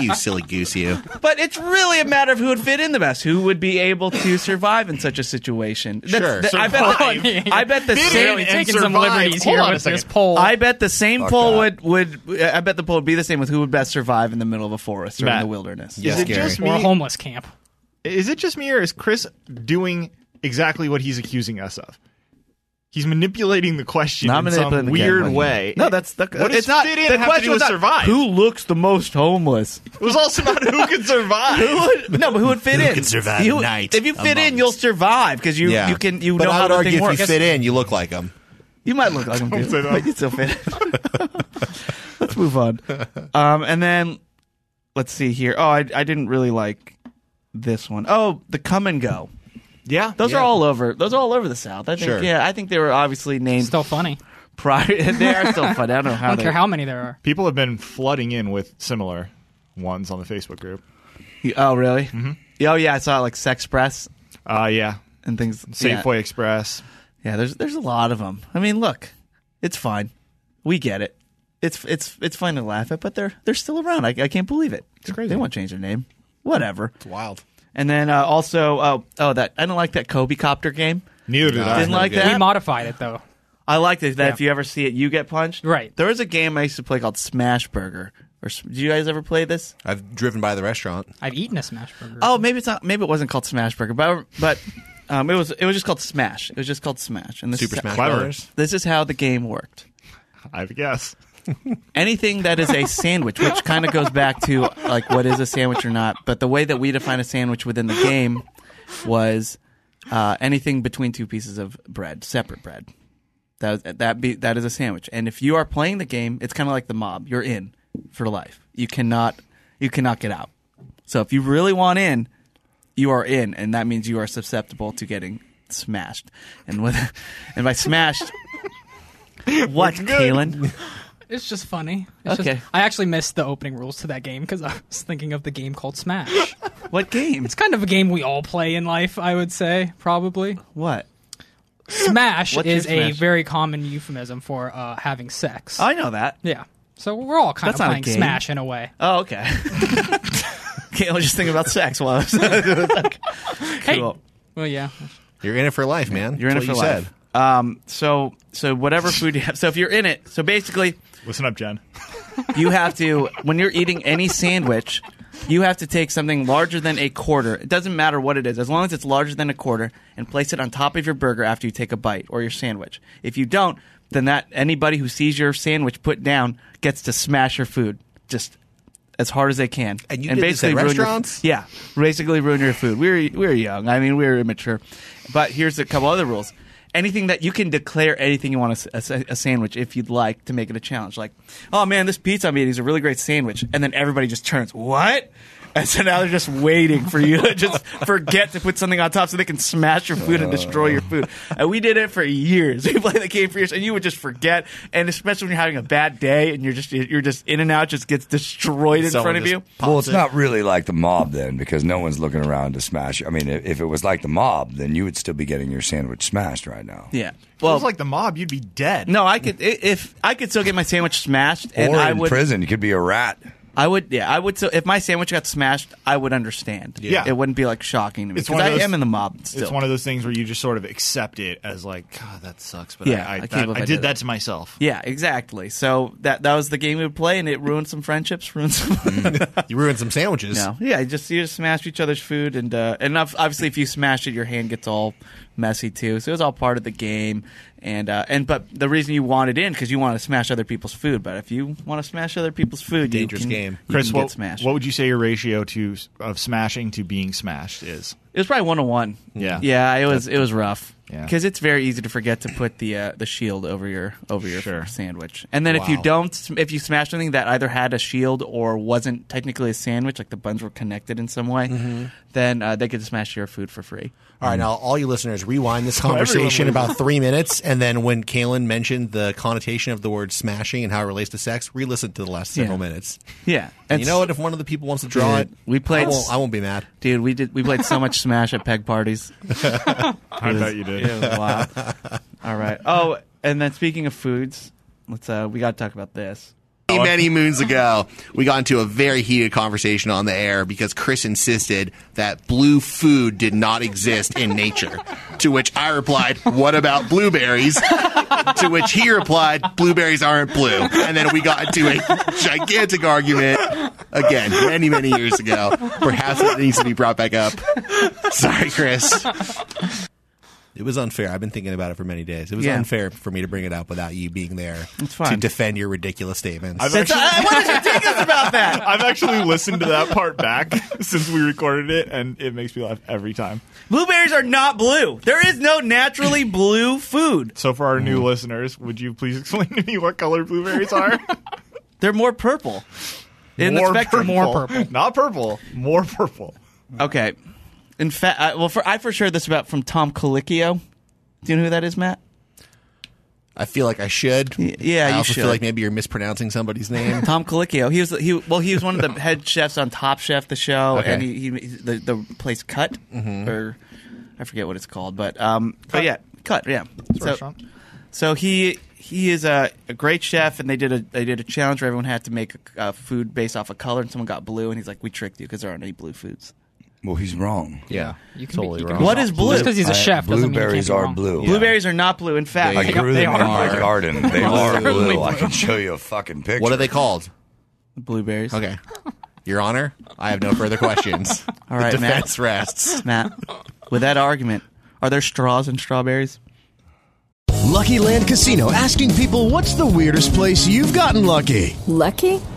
S8: you, silly goose, you.
S5: But it's really a matter of who would fit in the best, who would be able to survive in such a situation. That's-
S8: Sure.
S5: that- I, bet,
S6: Survive.
S5: I bet the
S6: Fit
S5: same
S6: in and Taking some survive. liberties Hold here on a with second. this poll.
S5: I bet the same
S6: Fuck
S5: poll
S6: that.
S5: would would. I bet the poll would be the same with who would best survive in the middle of a forest or in
S9: Matt.
S5: the wilderness.
S9: Yes, Is it Gary. just
S6: or a
S9: me-
S6: homeless camp.
S9: Is it just me or is Chris doing exactly what he's accusing us of? He's manipulating the question
S5: Not
S9: in some
S5: manipulating the
S9: weird
S5: question.
S9: way.
S5: No, that's the.
S9: What does
S5: it's not.
S9: fit
S5: The
S9: in have to
S5: question
S9: do
S5: was
S9: with
S5: not
S9: survive?
S5: who looks the most homeless.
S9: It was also about who could survive.
S5: Who would no, but who would fit
S9: Who
S5: in?
S9: can survive
S5: You-
S9: a night
S5: If you fit in,
S9: amongst-
S5: you'll survive because you
S8: Yeah.
S5: you can you
S8: but
S5: know
S8: I
S5: how
S8: would
S5: the
S8: argue
S5: thing
S8: if
S5: works.
S8: you fit in, you look like him.
S5: You might look like him,
S9: Don't say
S5: dude,
S9: that.
S5: but you still fit. let's move on. Um, and then let's see here. Oh, I, I didn't really like this one. Oh, the come and go.
S9: Yeah,
S5: those
S9: yeah.
S5: are all over. Those are all over the South. I think.
S9: Sure.
S5: Yeah, I think they were obviously named.
S6: Still funny.
S5: Prior, they are still funny. I don't know how.
S6: I don't
S9: they-
S6: care how many there are.
S9: People have been flooding in with similar ones on the Facebook group.
S5: You- Oh, really? Mm-hmm. Oh, yeah. I saw like Sex Press.
S9: Uh, yeah,
S5: and things.
S9: Safeway Express.
S5: Yeah, there's there's a lot of them. I mean, look, it's fine. We get it. It's it's it's fine to laugh at, but they're they're still around. I, I can't believe it. It's crazy. They won't change their name. Whatever. It's
S8: wild.
S5: And then uh, also, oh oh that I don't like that Kobe copter game.
S9: Neither
S5: did I. Didn't like that.
S6: We modified it though.
S5: I liked it that
S6: Yeah.
S5: if you ever see it, you get punched. Right. There was a game I used to play called Smash Burger. Or s- do you guys ever play this?
S8: I've driven by the restaurant.
S6: I've eaten a smash burger.
S5: Oh, maybe it's not. Maybe it wasn't called Smash Burger, but but um, it was it was just called Smash. It was just called Smash. And this
S8: Super
S5: is
S8: Smash
S5: how,
S8: Brothers?
S5: This is how the game worked.
S9: I guess
S5: anything that is a sandwich, which kind of goes back to like what is a sandwich or not. But the way that we define a sandwich within the game was uh, anything between two pieces of bread, separate bread. That that be that is a sandwich. And if you are playing the game, it's kind of like the mob. You're in for life. You cannot you cannot get out. So if you really want in, you are in, and that means you are susceptible to getting smashed. And with and by smashed, what, Kalen?
S6: It's just funny. It's
S5: Okay.
S6: Just, I actually missed the opening rules to that game because I was thinking of the game called Smash.
S5: what game?
S6: It's kind of a game we all play in life, I would say, probably.
S5: What?
S6: Smash
S5: What's your
S6: is a
S5: Smash?
S6: very common euphemism for uh, having sex.
S5: I know that.
S6: Yeah. So we're all kind
S5: That's
S6: of
S5: not a
S6: playing
S5: game.
S6: Smash in a way.
S5: Oh, okay. Kalen was just thinking about sex while I was. like,
S6: Hey. Well, yeah.
S8: You're in it for life, man.
S5: You're in it
S8: That's
S5: for
S8: what you
S5: life. Um, so so whatever food you have. So if you're in it, so basically,
S11: listen up, Jen.
S5: You have to when you're eating any sandwich, you have to take something larger than a quarter. It doesn't matter what it is, as long as it's larger than a quarter, and place it on top of your burger after you take a bite or your sandwich. If you don't, then that anybody who sees your sandwich put down gets to smash your food just as hard as they can. And
S8: you did this at
S5: ruin your-
S8: restaurants?
S5: yeah, basically ruin your food. We were we were young. I mean, we were immature. But here's a couple other rules. Anything that you can declare anything you want a, s- a s- a sandwich if you'd like to make it a challenge. Like, oh man, this pizza I'm eating is a really great sandwich, and then everybody just turns what. And so now they're just waiting for you to just forget to put something on top so they can smash your food and destroy your food. And we did it for years. We played the game for years, and you would just forget. And especially when you're having a bad day and you're just you're just in and out, just gets destroyed in front of you.
S7: Well, it's not really like the mob then, because no one's looking around to smash. I mean, i- if it was like the mob, then you would still be getting your sandwich smashed right now.
S5: Yeah.
S9: Well, it was like the mob, you'd be dead.
S5: No, I could i- if I could still get my sandwich smashed, and
S7: or
S5: I
S7: in
S5: would.
S7: prison, you could be a rat.
S5: I would, yeah, I would. So if my sandwich got smashed, I would understand.
S9: Yeah.
S5: it wouldn't be like shocking to me
S9: It's
S5: because
S9: one of
S5: I
S9: those-
S5: am in the mob. Still.
S9: It's one of those things where you just sort of accept it as like, God, that sucks. But
S5: Yeah,
S9: I, I,
S5: I can't
S9: that-
S5: believe
S9: I
S5: I
S9: did,
S5: did
S9: that
S5: it.
S9: to myself.
S5: yeah, exactly. So that that was the game we would play, and it ruined some friendships, ruined some
S7: Mm.
S8: said. You ruined some sandwiches.
S5: No, yeah, you just you just smash each other's food, and uh, and ob- obviously if you smash it, your hand gets all messy too. So it was all part of the game, and uh, and but the reason you wanted in because you want to smash other people's food. But if you want to smash other people's food,
S8: Dangerous
S5: you can,
S8: game.
S5: you
S9: Chris,
S5: can
S9: what,
S5: get smashed.
S9: what would you say your ratio to of smashing to being smashed is?
S5: It was probably one on one.
S9: Yeah.
S5: yeah, it was it was rough.
S9: Yeah.
S5: because it's very easy to forget to put the uh, the shield over your over your sandwich. And then if you
S9: Wow.
S5: don't, if you smash something that either had a shield or wasn't technically a sandwich, like the buns were connected in some way,
S8: Mhm.
S5: then uh, they get to smash your food for free. Mm.
S8: All right, now all you listeners, rewind this
S5: everyone
S8: conversation
S5: leave.
S8: about three minutes, and then when Kalen mentioned the connotation of the word smashing and how it relates to sex, re-listen to the last several
S5: Yeah.
S8: minutes.
S5: Yeah,
S8: And you
S5: It's-
S8: know what? If one of the people wants to draw it,
S5: Dude, we played.
S8: I won't, I won't be mad.
S5: Dude, we did. We played so much Smash at peg parties. I
S8: I bet you did.
S5: wow. All right. Oh, and then speaking of foods, let's. uh We got to talk about this.
S12: Many, many moons ago, we got into a very heated conversation on the air because Chris insisted that blue food did not exist in nature. to which I replied, What about blueberries? to which he replied, Blueberries aren't blue. And then we got into a gigantic argument again, many, many years ago. Perhaps it needs to be brought back up. Sorry, Chris.
S8: It was unfair. I've been thinking about it for many days. It was
S12: Yeah.
S8: unfair for me to bring it up without you being there
S9: It's
S8: to
S9: fine.
S8: defend your ridiculous statements.
S9: I've That's-
S12: uh,
S9: actually-
S5: what is ridiculous about that?
S9: I've actually listened to that part back since we recorded it, and it makes me laugh every time.
S5: Blueberries are not blue. There is no naturally blue food.
S9: So, for our new listeners, would you please explain to me what color blueberries are?
S5: They're more purple. In the spectrum. More purple.
S9: Not purple. More purple.
S5: Okay. In fact, I, well, for, I for sure this about from Tom Colicchio. Do you know who that is, Matt?
S8: I feel like I should.
S5: yeah,
S8: I
S5: you
S8: also
S5: should.
S8: feel like maybe you're mispronouncing somebody's name.
S5: Tom Colicchio. He was he well he was one of the head chefs on Top Chef, the show,
S8: Okay.
S5: and he, he the the place Cut
S8: Mhm.
S5: or I forget what it's called, but um, but yeah, Mm-hmm. Cut, yeah.
S9: a restaurant.
S5: so he he is a, a great chef, and they did a they did a challenge where everyone had to make a, a food based off a color, and someone got blue, and he's like, "We tricked you because there aren't any blue foods."
S7: Well, he's wrong.
S8: Yeah,
S6: you
S7: can totally wrong.
S5: What is blue?
S7: Uh, Blueberries are blue.
S5: Blueberries are not blue. In fact,
S7: I grew them in my garden. They are
S5: Certainly
S7: blue. I can show you a fucking picture.
S8: What are they called?
S5: Blueberries.
S8: Okay. Your Honor, I have no further questions.
S5: All right,
S8: the
S5: Matt.
S8: defense rests.
S5: Matt, with that argument, are there straws in strawberries?
S13: Lucky Land Casino asking people what's the weirdest place you've gotten lucky?
S14: Lucky?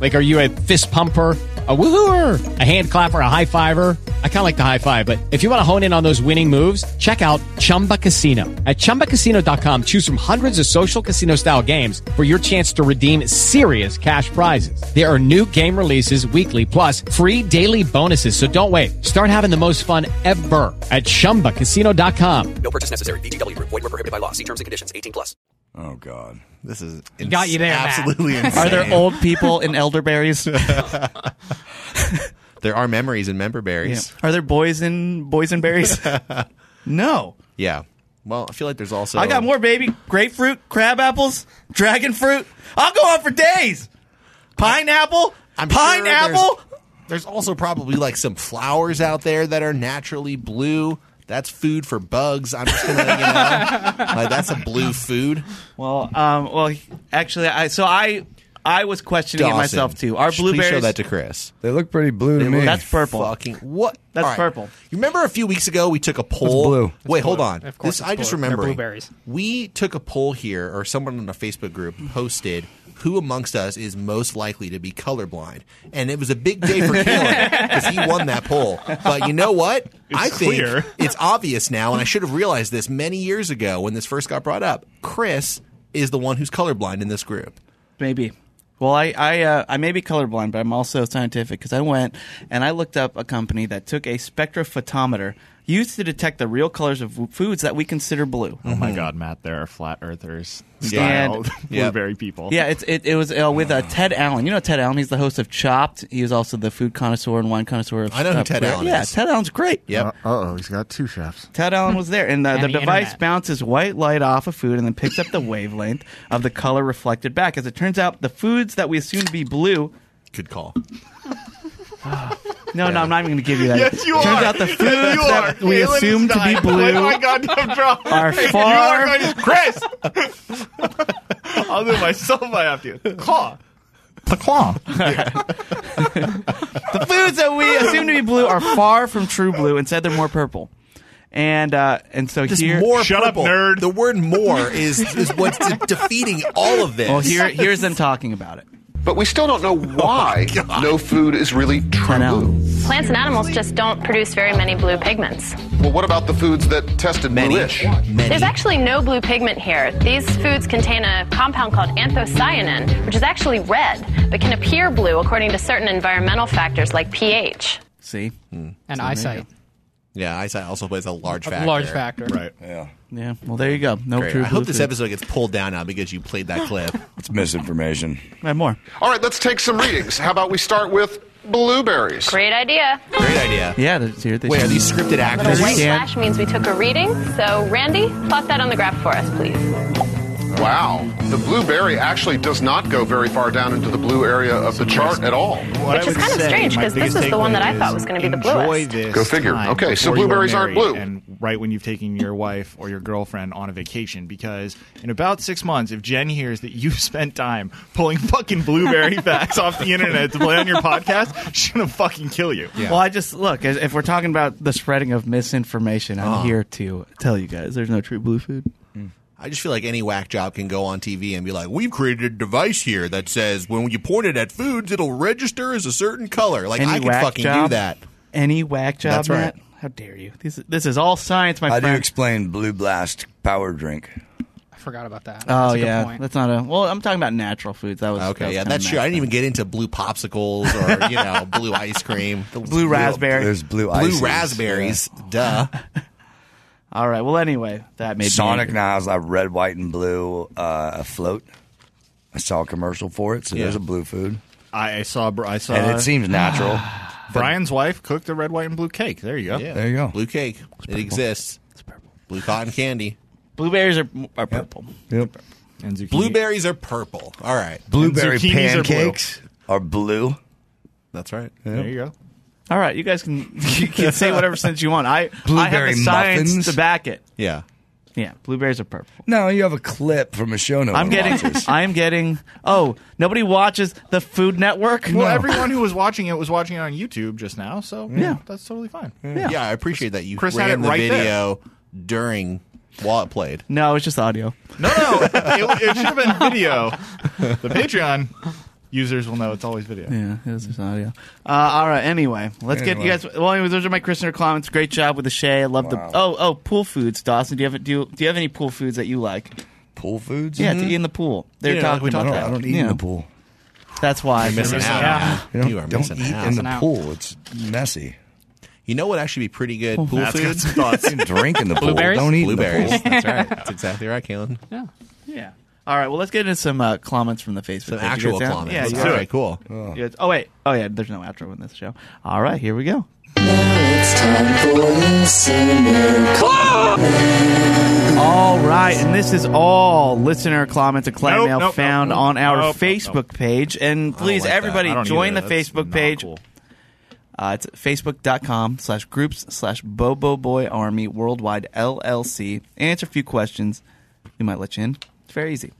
S10: Like, are you a fist pumper? A woohooer, a hand clapper, a high fiver. I kind of like the high five, but if you want to hone in on those winning moves, check out Chumba Casino. At chumbacasino.com, choose from hundreds of social casino style games for your chance to redeem serious cash prizes. There are new game releases weekly, plus free daily bonuses. So don't wait. Start having the most fun ever at chumbacasino.com.
S1: No purchase necessary. VGW Group. Void where prohibited by law. See terms and conditions. 18 plus.
S7: Oh God, this is
S6: Got you there, Matt.
S7: Absolutely insane.
S5: Are there old people in elderberries?
S8: there are memories in memberberries.
S5: Are there boys in boysenberries? no.
S8: Yeah. Well, I feel like there's also
S5: I got more, baby. Grapefruit, crab apples, dragon fruit. I'll go on for days. Pineapple,
S8: I'm sure
S5: pineapple.
S8: There's also probably like some flowers out there that are naturally blue. That's food for bugs. I'm just gonna, you know, like, that's a blue food.
S5: well, um, well, actually, I so I I was questioning it
S8: Dawson,
S5: myself too. Our
S8: sh- please
S5: blueberries.
S8: Show that to Chris.
S15: They look pretty blue to
S8: They
S15: me.
S8: look
S5: That's purple.
S8: Fucking what?
S5: That's
S8: All right.
S5: purple.
S8: You remember a few weeks ago we took a poll.
S15: blue.
S8: Wait,
S15: That's
S8: hold
S15: blue.
S8: on.
S15: Of course
S8: this,
S15: it's
S8: I just
S15: blue. They're
S8: remembered.
S15: blueberries.
S8: We took a poll here, or someone on a Facebook group posted who amongst us is most likely to be colorblind, and it was a big day for Caleb because he won that poll. But you know what? I think
S9: clear.
S8: it's obvious now, and I should have realized this many years ago when this first got brought up. Chris is the one who's colorblind in this group.
S5: Maybe. Well, I I, uh, I may be colorblind, but I'm also scientific because I went and I looked up a company that took a spectrophotometer used to detect the real colors of w- foods that we consider blue.
S8: Mm-hmm.
S16: Oh my God, Matt! There are flat earthers
S5: Yeah.
S16: style
S5: And- Yep.
S16: blueberry people.
S5: Yeah, it's, it it was uh, with uh, Ted Allen. You know Ted Allen? He's the host of Chopped. He was also the food connoisseur and wine connoisseur. Of,
S8: I know who
S5: of
S8: Ted
S5: Brit-
S8: Allen
S5: uh, yeah,
S8: is.
S5: Ted Allen's great.
S8: Yep.
S15: Uh oh, he's got two chefs.
S5: Ted Allen was there, and, uh,
S15: And
S5: the,
S15: the
S5: device
S15: internet.
S5: bounces white light off a food and then picks up the wavelength of the color reflected back. As it turns out, the foods that we assume to be blue.
S8: Good call.
S5: No, no, I'm not even going to give you that.
S17: Yes, you
S5: turns
S17: are.
S5: out the
S17: Yes,
S5: foods
S17: you
S5: that
S17: are.
S5: we
S17: Caitlin
S5: assume to be
S17: Stein.
S5: blue.
S17: Oh my goddamn drop.
S5: are
S17: You
S5: far-
S17: are going to- Chris. I'll do it myself if I have to. Claw.
S5: the foods that we assume to be blue are far from true blue. Instead, they're more purple. And uh, and so
S8: Just
S5: here,
S8: more purple. The word "more" is is what's de- defeating all of this.
S5: Well, here here's them talking about it.
S18: But we still
S8: Oh
S18: don't know why no food is really true blue.
S19: Plants and animals just don't produce very many blue pigments.
S18: Well, what about the foods that tested bluish?
S19: There's actually no blue pigment here. These foods contain a compound called anthocyanin, which is actually red, but can appear blue according to certain environmental factors like pH.
S5: See,
S6: And
S8: So there you
S6: eyesight.
S8: go. Hmm. Yeah, eyesight also plays a large
S6: A
S8: factor.
S6: large factor.
S8: Right. Yeah.
S5: Yeah. Well, there you go. No
S8: Great.
S5: true
S8: I hope
S5: blue
S8: this
S5: food.
S8: episode gets pulled down now because you played that clip.
S7: it's misinformation.
S5: I have more.
S18: All right, let's take some readings. How about we start with blueberries?
S19: Great idea.
S8: Great idea.
S5: Yeah, there's here.
S8: Wait, are these scripted
S19: A little
S8: actors?
S19: white slash means we took a reading. So, Randy, plot that on the graph for us, please.
S18: Wow, the blueberry actually does not go very far down into the blue area of the chart at all.
S19: Which is kind of strange because this is the one that I thought was going to be the
S9: Enjoy
S19: bluest.
S9: this.
S18: Go figure.
S9: time
S18: Okay, so
S9: before you are
S18: blueberries aren't
S9: married
S18: blue.
S9: And right when you've taken your wife or your girlfriend on a vacation, because in about six months, if Jen hears that you've spent time pulling fucking blueberry facts off the internet to play on your podcast, she's gonna fucking kill you.
S5: Well, I just look. as- If we're talking about the spreading of misinformation, I'm
S8: Uh-huh.
S5: here to tell you guys there's no true blue food.
S8: I just feel like any whack job can go on TV and be like, "We've created a device here that says when you point it at foods, it'll register as a certain color." Like I can
S5: whack
S8: fucking do
S5: job-
S8: that.
S5: Any whack job,
S8: That's right.
S5: Matt? How dare you? This this is all science, my
S7: How do you
S5: friend.
S7: explain Blue Blast power drink?
S6: I forgot about that.
S5: oh
S6: That's a good
S5: yeah,
S6: point.
S5: that's not a. Well, I'm talking about natural foods. That was that
S8: Okay,
S5: was
S8: yeah,
S5: kinda
S8: that's true.
S5: messed
S8: I didn't
S5: up.
S8: even get into blue popsicles or you know blue ice cream, The
S5: Blue raspberry.
S7: There's blue
S8: blue
S7: ices.
S8: raspberries. Duh.
S5: All right. Well, anyway, that made me
S7: Sonic
S5: angry.
S7: now has like red, white, and blue uh, afloat. I saw a commercial for it, so
S9: Yeah.
S7: there's a blue food,
S9: I I saw. I saw.
S7: and it seems natural.
S9: Brian's wife cooked a red, white, and blue cake. There you go.
S7: There you go.
S8: Blue cake. It exists. Blue cotton candy.
S5: Blueberries are, are purple.
S7: Yep.
S8: Blueberries are purple. All right.
S7: Blueberry
S5: And zucchinis are blue.
S7: pancakes are blue.
S8: That's right.
S5: There you
S9: go.
S5: All right, you guys can you can say whatever sentence you want. I I have
S7: Blueberry
S5: the science
S7: muffins?
S5: to back it.
S8: Yeah.
S5: Yeah, blueberries are purple.
S7: No, you have a clip from a show note.
S5: I'm getting. I'm getting. Oh, nobody watches the Food Network.
S9: Well, everyone who was watching it was watching it on YouTube just now, so yeah, that's totally fine.
S8: Yeah. I appreciate that you
S9: Chris had
S8: ran
S9: it
S8: the
S9: right there.
S8: video during while it played.
S5: No, it's just audio.
S9: it, it should have been video. The Patreon users will know it's always video.
S5: Yeah, it's just audio. Uh, all right. Anyway, let's get you
S9: Anyway.
S5: guys. Well, anyway, those are my Christian comments. Great job with the Shay. I love
S9: Wow.
S5: the. Oh, oh, pool foods, Dawson. Do you have do you, do you have any pool foods that you like?
S7: Pool foods?
S5: Yeah, to
S7: Mhm.
S5: eat in the pool. They're
S7: Yeah,
S5: talking
S7: I don't-
S5: about that.
S7: I don't eat in
S5: Yeah.
S7: the pool.
S5: That's why
S8: You're missing out.
S7: You don't,
S8: You are
S7: don't
S8: missing
S7: eat
S8: out.
S7: in
S8: Missing
S7: the
S8: out.
S7: pool. It's messy.
S8: You know what actually be pretty good
S7: Oh,
S8: pool
S7: that's
S8: food?
S7: got some thoughts. You can drink in the pool. Blueberries? Don't eat in the
S8: Blueberries.
S7: pool.
S8: That's right. That's exactly right, Kalen.
S5: Yeah. Yeah. All right. Well, let's get into some uh, comments from the Facebook.
S8: Some
S5: page. You
S8: actual
S5: guys down?
S8: comments.
S5: Yeah.
S8: Let's
S5: you
S8: do
S5: guys-
S8: it. Cool.
S5: you guys- Oh wait. Oh yeah. There's no outro in this show. All right. Here we go.
S20: It's time for listener
S5: All right, and this is all listener comments and claim
S20: Nope,
S5: mail
S20: nope, nope,
S5: found
S20: nope,
S5: on our
S20: nope,
S5: Facebook page. And please,
S20: like that. I
S5: everybody,
S20: don't
S5: join
S20: either.
S5: the
S20: That's
S5: Facebook page. Uh, it's facebook.com slash groups slash Bobo Boy Army Worldwide LLC. Answer a few questions. We might let you in. It's very easy.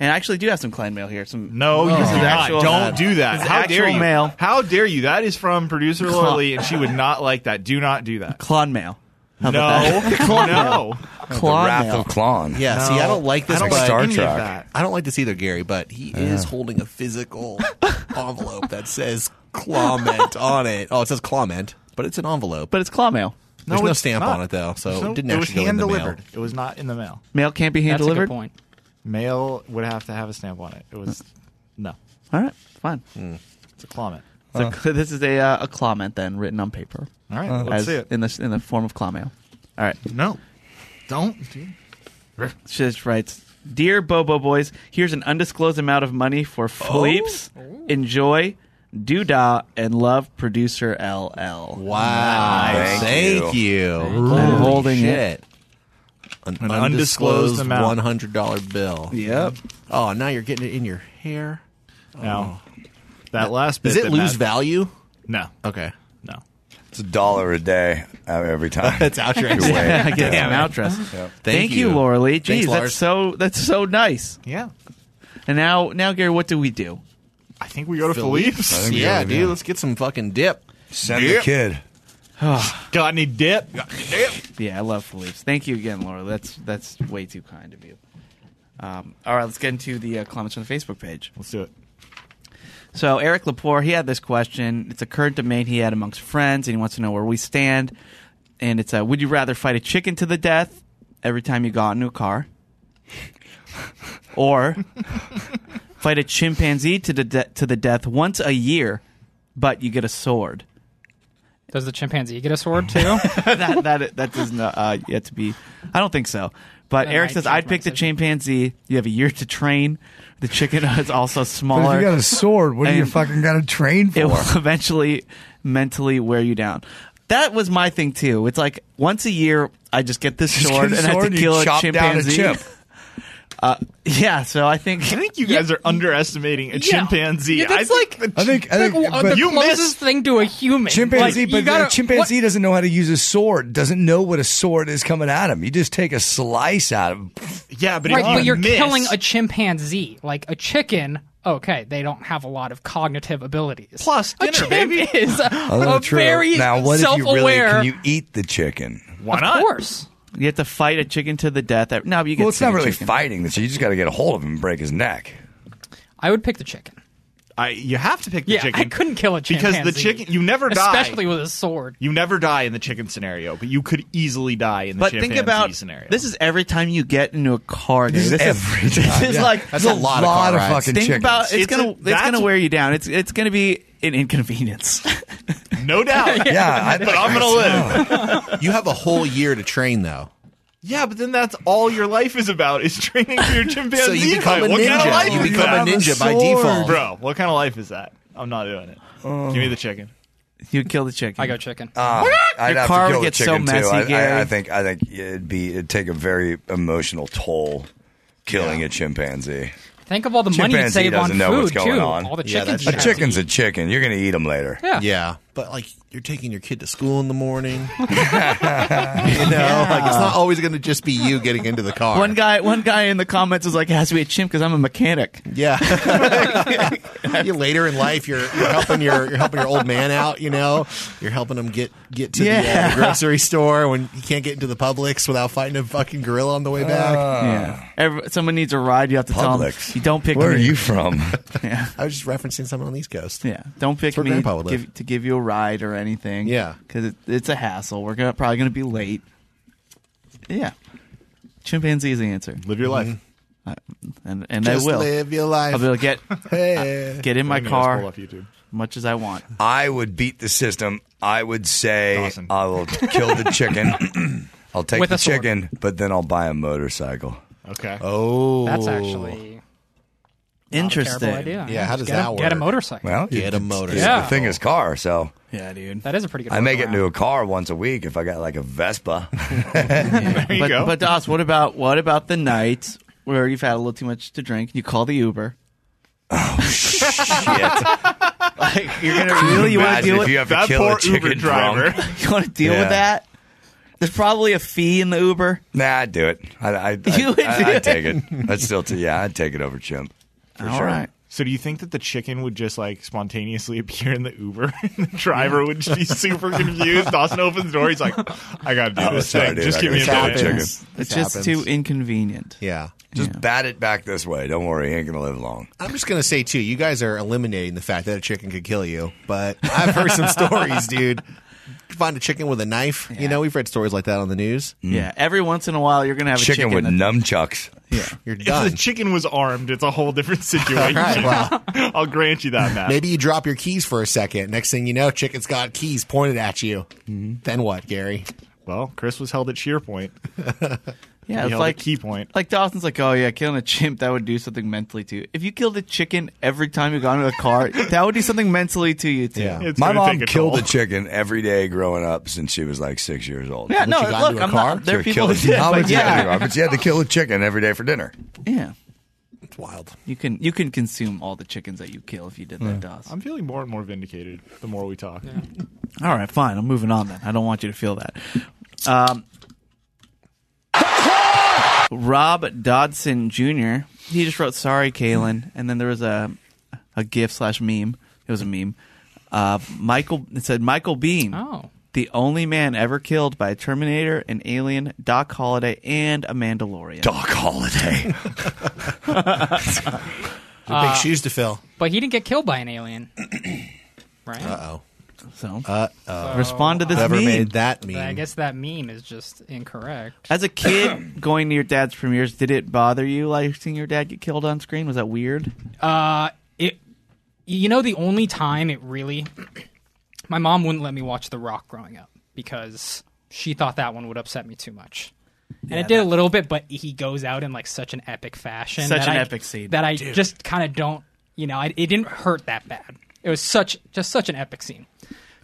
S5: And I actually do have some client mail here. Some
S9: No, you
S5: This is
S9: do not.
S5: actual-
S9: Don't do that.
S5: this is
S9: How dare
S5: Oh, actual
S9: you?
S5: mail.
S9: How dare you? That is from producer
S5: Cla-
S9: Lily, and she would not like that. Do not do that.
S5: Clon mail.
S9: No, no.
S7: Klon.
S8: Yeah,
S9: No.
S8: see, I don't like this.
S9: I don't
S8: but
S9: like Star any of Trek. that.
S8: I don't like this either, Gary. But he is
S9: Yeah.
S8: holding a physical envelope that says "comment" on it. Oh, it says "comment," but it's an envelope.
S5: But it's claw mail.
S8: There's no,
S9: it's
S8: stamp
S9: not.
S8: on it though, so
S9: There's no-
S8: it didn't
S9: it was
S8: actually go in
S9: hand
S8: the mail.
S9: delivered. It was not in the mail.
S5: Mail can't be hand
S9: That's a good
S5: delivered.
S9: point. Mail would have to have a stamp on it. It was no.
S5: All right, fine.
S8: Hmm.
S9: It's a comment.
S5: So this is a uh, a comment then written on paper.
S9: All right, Uh, let's see it.
S5: in the in the form of claw mail. All right.
S9: No, don't. do-
S5: She just writes, "Dear Bobo Boys, here's an undisclosed amount of money
S8: Oh.
S5: for Philippe's. Enjoy, do da, and love producer LL.
S8: Wow.
S5: Nice.
S8: Thank you.
S5: I'm holding it.
S8: An,
S5: An undisclosed
S8: undisclosed,
S5: amount.
S8: $100 bill.
S5: Yep.
S8: Oh, now you're getting it in your hair.
S9: Now, that last bit
S8: Does it
S9: that
S8: lose
S9: matters.
S8: value?
S9: No.
S8: Okay.
S9: No.
S7: It's a dollar a day uh, every time.
S8: That's outrage.
S7: Your way.
S5: Yeah, I guess
S7: Yeah.
S5: an outress.
S7: Yeah.
S5: Thank, you, Laura Lee. Jeez,
S7: Thanks,
S5: that's
S7: Lars.
S5: so that's so nice.
S9: Yeah.
S5: And now, now, Gary, what do we do?
S9: I think we go to
S8: Philippe's?
S9: Philippe's.
S8: I think we Yeah, go to- dude, yeah. let's get some fucking dip.
S7: Send the kid.
S9: Got any dip?
S5: Yeah, I love Philippe's. Thank you again, Laura. That's that's way too kind of you. Um, all right, let's get into the uh, comments on the Facebook page.
S9: Let's do it.
S5: So Eric Lepore, he had this question. It's a current debate he had amongst friends, and he wants to know where we stand. And it's, uh, would you rather fight a chicken to the death every time you got into a car, or fight a chimpanzee to the de- to the death once a year, but you get a sword?
S6: Does the chimpanzee get a sword too?
S5: that that that does not uh, yet to be. I don't think so. But
S6: That
S5: Eric
S6: might
S5: says
S6: change
S5: I'd pick the chimpanzee. You have a year to train. The chicken is also smaller.
S21: But if you got a sword, what do you
S5: And-
S21: fucking got to train
S5: it
S21: for?
S5: will eventually mentally wear you down. That was my thing too. It's like once a year, I just get this
S21: Just get
S5: sword
S21: a
S5: and I have
S21: sword
S5: to
S21: and you
S5: kill a
S21: chop down a
S5: chimpanzee.
S21: chimp.
S5: Uh, yeah, so I think I
S9: think you guys are underestimating a chimpanzee.
S6: Yeah, that's
S9: I think
S6: like-
S9: the
S21: I think, I think
S6: Like,
S21: but
S6: the closest thing to a human.
S21: chimpanzee,
S6: Like, you
S21: but the
S6: gotta-
S21: chimpanzee doesn't know how to use a sword. Doesn't know what a sword is coming at him. You just take a slice out of him.
S9: Yeah,
S6: what- right, but you're killing a chimpanzee, like a chicken. Okay, they don't have a lot of cognitive abilities. Plus, a chimp is a,
S7: Although
S21: Oh,
S6: a
S7: true.
S6: very
S7: now, what if you really
S6: self-aware.
S7: can you eat the chicken?
S5: Why
S6: not? Of course.
S5: You have to fight a chicken to the death. No, but you get
S7: Well, it's not
S5: sick of
S7: really
S5: chicken.
S7: fighting. So you just got to get a hold of him and break his neck.
S6: I would pick the chicken.
S9: I you have to pick the
S6: yeah,
S9: chicken.
S6: I couldn't kill a
S9: Because
S6: chimpanzee
S9: the chicken- you never die.
S6: especially with a sword.
S9: You never die in the chicken scenario, but you could easily die in the
S5: But
S9: chimpanzee
S5: think about
S9: scenario.
S5: this is every time you get into a car. dude. This,
S9: is every time,
S5: This is
S9: yeah.
S5: like
S9: That's a lot of car rides.
S5: Think
S9: chickens.
S5: about it's,
S9: It's a-
S5: gonna it's
S9: that's
S5: gonna
S9: a-
S5: wear you down. It's it's gonna be an inconvenience.
S9: No doubt.
S5: Oh, Yeah, I-
S9: but I'm gonna live.
S8: you have a whole year to train, though.
S9: Yeah, but then that's all your life is about is training for your chimpanzee.
S8: So you become
S9: fight.
S8: a
S9: what Kind
S8: ninja.
S9: of life
S8: You
S9: is
S8: become a
S9: that?
S8: ninja by default.
S9: bro. What kind of life is that? I'm not doing it. Give me the chicken.
S5: You kill the chicken.
S6: I go chicken.
S7: Uh,
S5: Your car would get so messy,
S7: too. I-
S5: Gary.
S7: I, I think I think it'd be it'd take a very emotional toll killing a chimpanzee.
S6: Think of all the money you
S7: Chimpanzee
S6: save on
S7: doesn't know
S6: food
S7: what's going
S6: too.
S7: on.
S6: All the chickens.
S7: a
S6: you have.
S7: chicken's a chicken. You're gonna eat them later.
S6: Yeah.
S8: Yeah. But like you're taking your kid to school in the morning. you know, like it's not always going to just be you getting into the car.
S5: One guy, one guy in the comments was like, "It has to be a chimp because I'm a mechanic."
S8: Yeah. you later in life you're, you're helping your you're helping your old man out, you know. You're helping him get get to the, uh,
S5: Yeah.
S8: the grocery store when he can't get into the Publix without fighting a fucking gorilla on the way back.
S5: yeah. Every, someone needs a ride. You have to tell them.
S8: Ah. Publix.
S5: You don't pick.
S8: Where
S5: me.
S8: are you from?
S5: yeah.
S8: I was just referencing someone on the East Coast.
S5: Yeah. Don't pick
S8: That's where
S5: me
S8: Grandpa would live.
S5: give- to give you a ride or anything.
S8: Yeah.
S5: Because it, it's a hassle. We're gonna, probably going to be late. Yeah. Chimpanzee is the answer. Live your life. and and
S8: Just
S5: I will.
S8: live your life.
S5: I'll be like, get,
S8: Hey.
S5: get in my
S8: I think it was
S5: car
S8: pulled off
S5: as much as I want.
S7: I would beat the system. I would say I will kill the chicken. I'll take
S5: With
S7: the
S5: a sword.
S7: chicken, but then I'll buy a motorcycle.
S9: Okay.
S7: Oh,
S6: That's actually
S7: interesting.
S6: terrible idea. Yeah, just get a- get a motorcycle.
S7: Well,
S6: Get a
S7: it's- it's-
S6: motorcycle.
S7: The thing is car, so
S5: Yeah, dude.
S6: That is a pretty good.
S7: I may get
S6: workaround.
S7: into a car once a week if I got like a Vespa.
S5: but, But Doss, what about what about the night where you've had a little too much to drink? and You call the Uber. You're gonna
S7: Can you
S5: really you
S7: imagine
S5: want to deal
S7: if
S5: with
S7: you have to That kill a poor Uber chicken driver. drunk?
S5: you want to deal
S7: Yeah.
S5: with that? There's probably a fee in the Uber.
S7: Nah, I'd do it. I, I, I,
S5: You would do
S7: I,
S5: it?
S7: would take it. I'd still, t- yeah, I'd take it over chimp. For
S9: All right.
S7: sure.
S9: So do you think that the chicken would just like spontaneously appear in the Uber and the driver would just be super confused? Dawson opens the door. He's like, I got to do
S5: Oh,
S7: I'm
S9: this
S7: sorry,
S9: thing.
S7: dude.
S9: Just
S7: I
S9: give me a
S7: gotta
S9: minute.
S7: chicken.
S5: It's just too inconvenient.
S8: Yeah.
S7: Just bat it back this way. Don't worry, he ain't gonna live long.
S8: I'm just gonna say too, you guys are eliminating the fact that a chicken could kill you. But I've heard some stories, dude. You Find a chicken with a knife. You know, we've read stories like that on the news.
S5: Yeah, every once in a while you're gonna have
S8: Mm. Chicken
S5: a chicken
S8: with
S7: nunchucks.
S5: Yeah,
S8: you're
S9: If
S8: done.
S9: the chicken was armed, it's a whole different situation.
S8: Right, well.
S9: I'll grant you that, Matt.
S8: Maybe you drop your keys for a second. Next thing you know, chicken's got keys pointed at you. Then what, Gary?
S9: Mm-hmm. Well, Chris was held at sheer point. He
S5: Yeah, it's
S9: held
S5: like
S9: a key point.
S5: Like Dawson's like, oh yeah, killing a chimp that would do something mentally to you. If you killed a chicken every time you got into a car, that would do something mentally to you too.
S7: Yeah. My mom killed a chicken every day growing up since she was like six years old.
S5: Yeah, But no, she got look, into a I'm not- car? there are
S7: She
S5: people
S7: killed-
S5: who did,
S7: How
S5: but
S7: would you
S5: yeah.
S7: do it? But she had to kill a chicken every day for dinner.
S5: Yeah,
S8: it's wild.
S5: You can you can consume all the chickens that you kill if you did that, Dawson.
S9: I'm feeling more and more vindicated the more we talk.
S5: All right, fine. I'm moving on then. I don't want you to feel that. Um, Rob Dodson Jr. He just wrote "Sorry, Kalen," and then there was a a GIF slash meme. It was a meme. Uh, Michael. It said Michael Bean.
S6: Oh.
S5: The only man ever killed by a Terminator, an alien, Doc Holliday, and a Mandalorian.
S7: Doc Holliday.
S6: Uh,
S8: to fill.
S6: But he didn't get killed by an alien, right?
S8: Uh
S5: oh. So,
S8: uh oh.
S5: Respond to this
S8: Whoever
S5: meme.
S8: made that
S6: But I
S8: meme.
S6: guess that meme is just incorrect.
S5: As a kid, going to your dad's premieres, did it bother you like seeing your dad get killed on screen? Was that weird?
S6: Uh, it. You know, the only time it really, my mom wouldn't let me watch The Rock growing up because she thought that one would upset me too much. And
S5: Yeah,
S6: it did a little bit, but he goes out in like such an epic fashion,
S5: Such
S6: that
S5: an
S6: I-
S5: epic scene.
S6: that I
S5: Dude.
S6: just kind of don't. You know, I, it didn't hurt that bad. It was such just such an epic scene.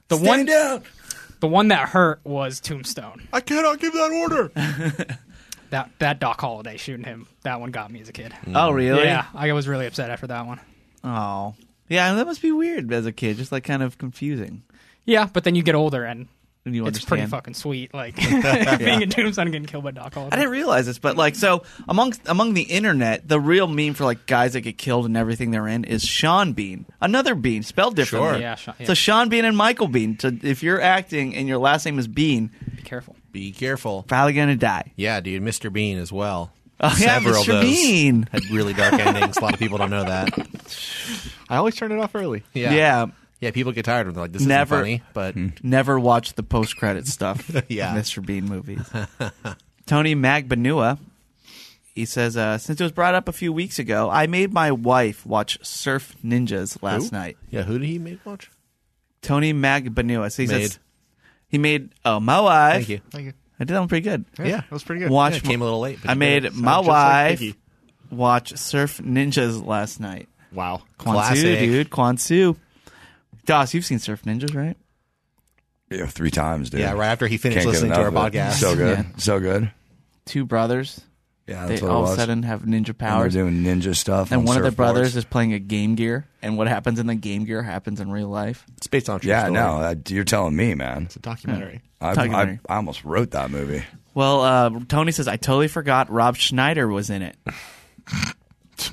S6: The one the one that hurt was Tombstone.
S9: I cannot give that order.
S6: That that Doc Holliday shooting him. That one got me as a kid.
S5: Oh, really?
S6: Yeah, I was really upset after that one.
S5: Oh, yeah, that must be weird as a kid, just like kind of confusing.
S6: Yeah, but then you get older and
S5: And you
S6: it's pretty
S5: understand.
S6: fucking sweet. Like
S5: Yeah.
S6: being a Tombstone and getting killed by Doc Holliday.
S5: I didn't realize this, but like, so amongst among the internet, the real meme for like guys that get killed and everything they're in is Sean Bean, another Bean spelled differently.
S6: Sure. Yeah, Sean- yeah.
S5: So Sean Bean and Michael Bean. So if you're acting and your last name is Bean,
S6: be careful.
S8: Be careful.
S5: Probably gonna die.
S8: Yeah, dude. Mr. Bean as well.
S5: Oh, yeah,
S8: Several
S5: Mr.
S8: of those
S5: Bean.
S8: had really dark endings. A lot of people don't know that.
S9: I always turn it off early.
S8: Yeah.
S5: Yeah.
S8: Yeah, people get tired of them. They're like, this
S5: never
S8: isn't funny, but
S5: never watch the post credit stuff.
S8: Yeah.
S5: in Mr. Bean movies. Tony Magbanua, he says, uh, since it was brought up a few weeks ago, I made my wife watch Surf Ninjas last
S8: Who?
S5: night.
S8: Yeah, who did he make watch?
S5: Tony Magbanua. So he
S8: Made.
S5: says he made oh my wife.
S8: Thank you. Thank you.
S5: I did that one pretty good.
S8: Yeah, Yeah. that was pretty good.
S5: Watch
S8: Yeah, it came a little late, but
S5: I
S8: you did
S5: made
S8: it.
S5: my
S8: Sounded just like
S5: wife
S8: Biggie.
S5: watch Surf Ninjas last night.
S9: Wow,
S5: Quan Su,
S8: Classic.
S5: dude, Quan Su. Doss, you've seen Surf Ninjas, right?
S7: Yeah, three times, dude.
S8: Yeah, right after he finished
S7: Can't get
S8: listening to
S7: enough
S8: our
S7: of it.
S8: podcast.
S7: So good.
S8: Yeah.
S7: So good.
S5: Two brothers.
S7: Yeah,
S5: they
S7: that's what it
S5: all of
S7: was.
S5: a sudden have
S7: And they're
S5: ninja powers.
S7: doing ninja stuff
S5: and
S7: on
S5: one of the
S7: surfboards.
S5: brothers is playing a Game Gear, and what happens in the Game Gear happens in real life.
S8: It's based on
S7: Yeah, no, that, you're telling me, man. It's a
S5: documentary.
S7: I,
S5: Documentary.
S7: I, I almost wrote that movie.
S5: Well, uh, Tony says I totally forgot Rob Schneider was in it.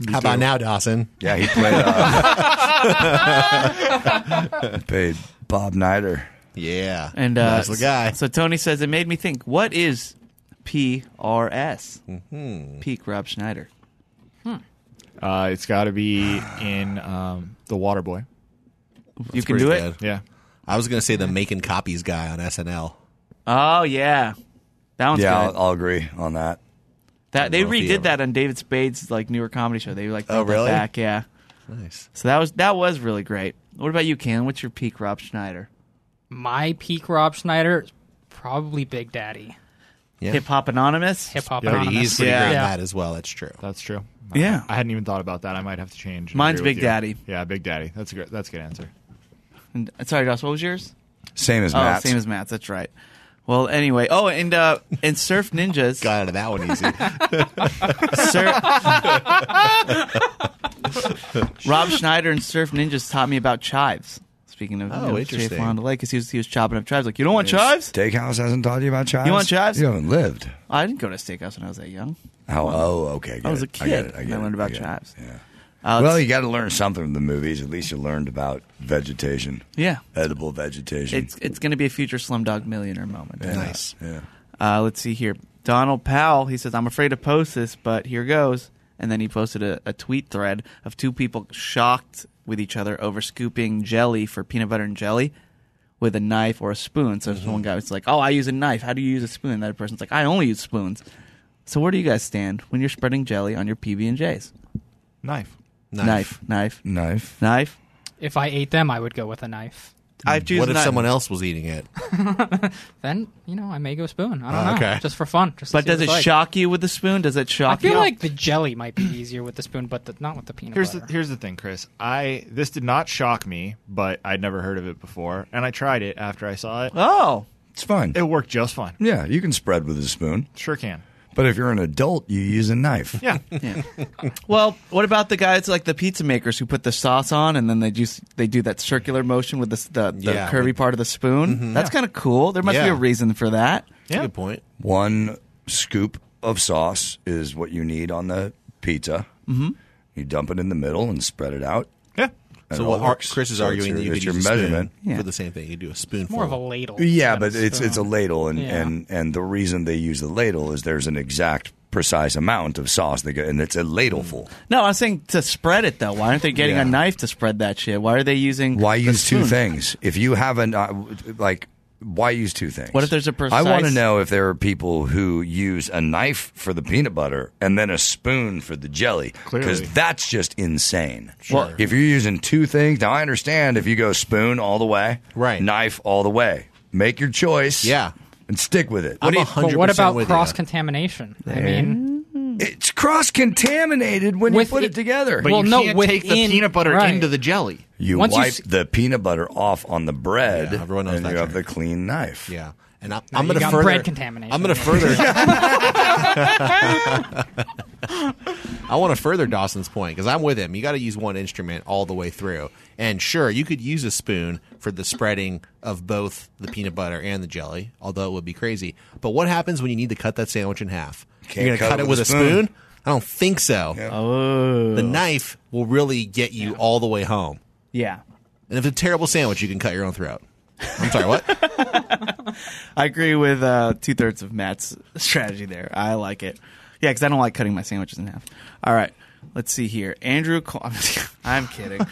S8: How about now, Dawson?
S7: Yeah, he played. Uh, played Bob Nider.
S8: Yeah,
S5: And uh,
S8: Nice little guy.
S5: So Tony says it made me think. What is PRS?
S8: Mm-hmm.
S5: Peak Rob Schneider.
S9: Uh, it's got to be in um, the Water Boy.
S8: That's pretty good.
S9: Yeah.
S8: I was going to say the making copies guy on SNL.
S5: Oh yeah, that one's
S7: yeah,
S5: good.
S7: I'll, I'll agree on that.
S5: that they
S7: I don't know if he
S5: redid that on David Spade's like newer comedy show. They like
S7: Oh,
S5: brought that
S7: really?
S5: back, yeah.
S8: Nice.
S5: So that was that was really great. What about you, Ken? What's your peak Rob Schneider?
S6: My peak Rob Schneider is probably Big Daddy.
S5: Hip Hop Anonymous.
S6: Hip Hop
S9: Yeah.
S6: Anonymous.
S8: He's pretty
S9: Yeah.
S8: good
S9: Yeah.
S8: at that as well. That's true.
S9: That's true.
S5: Yeah.
S9: I hadn't even thought about that. I might have to change. I
S5: Mine's
S9: agree with you.
S5: Big Daddy.
S9: Yeah, Big Daddy. That's a good, that's a good answer.
S5: And- uh, sorry, Josh. What was yours?
S7: Same as
S5: oh,
S7: Matt's.
S5: Same as Matt's. That's right. Well, anyway. Oh, and uh, and Surf Ninjas.
S8: Got out of that one easy.
S5: Rob Schneider and Surf Ninjas taught me about chives. Speaking of
S8: Oh,
S5: you know, Jay
S8: interesting.
S5: Fond du Lake, 'cause he was he was chopping up chives. Like you don't want
S7: Your
S5: chives?
S7: Steakhouse hasn't taught you about chives.
S5: You want chives?
S7: You haven't lived.
S5: I didn't go to steakhouse when I was that young.
S7: Oh,
S8: uh,
S7: oh okay.
S5: I
S7: get
S5: was a
S7: it.
S5: kid.
S7: I, get it. I,
S5: and
S7: get
S5: I
S7: it.
S5: learned about
S7: get it.
S5: chives.
S7: Yeah.
S5: Uh,
S7: well,
S5: it's-
S7: you got to learn something from the movies. At least you learned about vegetation.
S5: Yeah.
S7: edible vegetation.
S5: It's it's going to be a future Slumdog Millionaire moment.
S7: Yeah, Nice. yeah.
S5: Uh, let's see here. Donald Powell. He says, "I'm afraid to post this, but here goes." And then he posted a, a tweet thread of two people shocked with each other over scooping jelly for peanut butter and jelly with a knife or a spoon. So
S7: Mm-hmm.
S5: there's one guy was like, "Oh, I use a knife. How do you use a spoon?" And the other person's like, "I only use spoons." So where do you guys stand when you're spreading jelly on your PB and J's?
S9: Knife.
S5: Knife, knife,
S7: knife,
S5: knife.
S6: If I ate them, I would go with a knife.
S5: I choose
S8: what if
S5: knife.
S8: someone else was eating it?
S6: Then you know I may go spoon. I don't
S9: Uh,
S8: Oh,
S6: know,
S8: okay.
S6: just for fun. Just to
S5: But
S6: see
S5: does
S6: what
S5: it
S6: it's like.
S5: shock you with the spoon? Does it
S6: I
S5: shock you?
S6: feel like the jelly might be easier with the spoon, but the, not with the peanut
S9: Here's
S6: butter.
S9: the, here's the thing, Chris. I this did not shock me, but I'd never heard of it before, and I tried it after I saw it.
S5: Oh,
S7: it's fun.
S9: It worked just fine.
S7: Yeah, you can spread with a spoon.
S9: Sure can.
S7: But if you're an adult, you use a knife.
S9: Yeah.
S5: Well, what about the guys like the pizza makers who put the sauce on and then they just they do that circular motion with the the, the
S7: Yeah. Mm-hmm.
S5: curvy part of the spoon? That's kind of cool. There must be
S7: Yeah.
S5: a reason for that.
S8: Good point.
S7: One scoop of sauce is what you need on the pizza.
S5: mm-hmm.
S8: Mhm.
S7: You dump it in the middle and spread it out.
S9: Yeah.
S7: And
S8: so
S7: it
S8: what
S7: all
S8: Ar-
S7: works.
S8: Chris is
S7: So it's
S8: arguing
S7: your-
S8: that you could
S7: it's
S8: use
S7: your
S8: a
S7: measurement.
S8: spoon for the same thing. You do a spoonful.
S6: more of a ladle.
S7: Yeah,
S6: than
S7: but it's um,
S6: spoon.
S7: it's a ladle, and,
S6: Yeah.
S7: and and the reason they use the ladle is there's an exact precise amount of sauce they go, and it's a ladleful.
S5: No, I'm saying to spread it though. Why aren't they getting
S7: Yeah.
S5: a knife to spread that shit? Why are they using?
S7: Why
S5: the
S7: use two
S5: spoon?
S7: things? If you haven't, uh, like, why use two things?
S5: What if there's a precise?
S7: I want to know if there are people who use a knife for the peanut butter and then a spoon for the jelly. Because
S5: Clearly.
S7: that's just insane.
S5: Well-
S7: if you're using two things, now I understand if you go spoon all the way, right? Knife all the way. Make your choice. Yeah. And stick with it.
S6: But what about cross contamination? I
S7: Yeah.
S6: mean,
S7: Mm. it's cross contaminated when
S6: With
S7: you put it,
S6: it-
S7: together.
S6: But Well, you no, can't take the within- peanut butter right. into
S22: the jelly.
S7: You
S8: Once you
S7: wipe
S8: s-
S7: the peanut butter off on the bread, everyone knows and you
S8: that
S7: have the clean knife.
S8: Yeah, and I'm,
S7: No,
S8: I'm
S7: you
S8: going to
S7: got
S8: further.
S7: bread contamination.
S8: I'm going to further. I want to further Dawson's point because I'm with him. You got to use one instrument all the way through. And sure, you could use a spoon for the spreading of both the peanut butter and the jelly, although it would be crazy. But what happens when you need to cut that sandwich in half?
S7: Can't
S8: You're going to
S7: cut
S8: cut it with a spoon? I don't think so.
S5: Oh.
S8: The knife will really get you all the way home.
S5: Yeah.
S8: And if it's a terrible sandwich, you can cut your own throat. I'm sorry, what?
S5: I agree with uh, two thirds of Matt's strategy there. I like it. Yeah, because I don't like cutting my sandwiches in half. All right, let's see here. Andrew, Col- I'm kidding.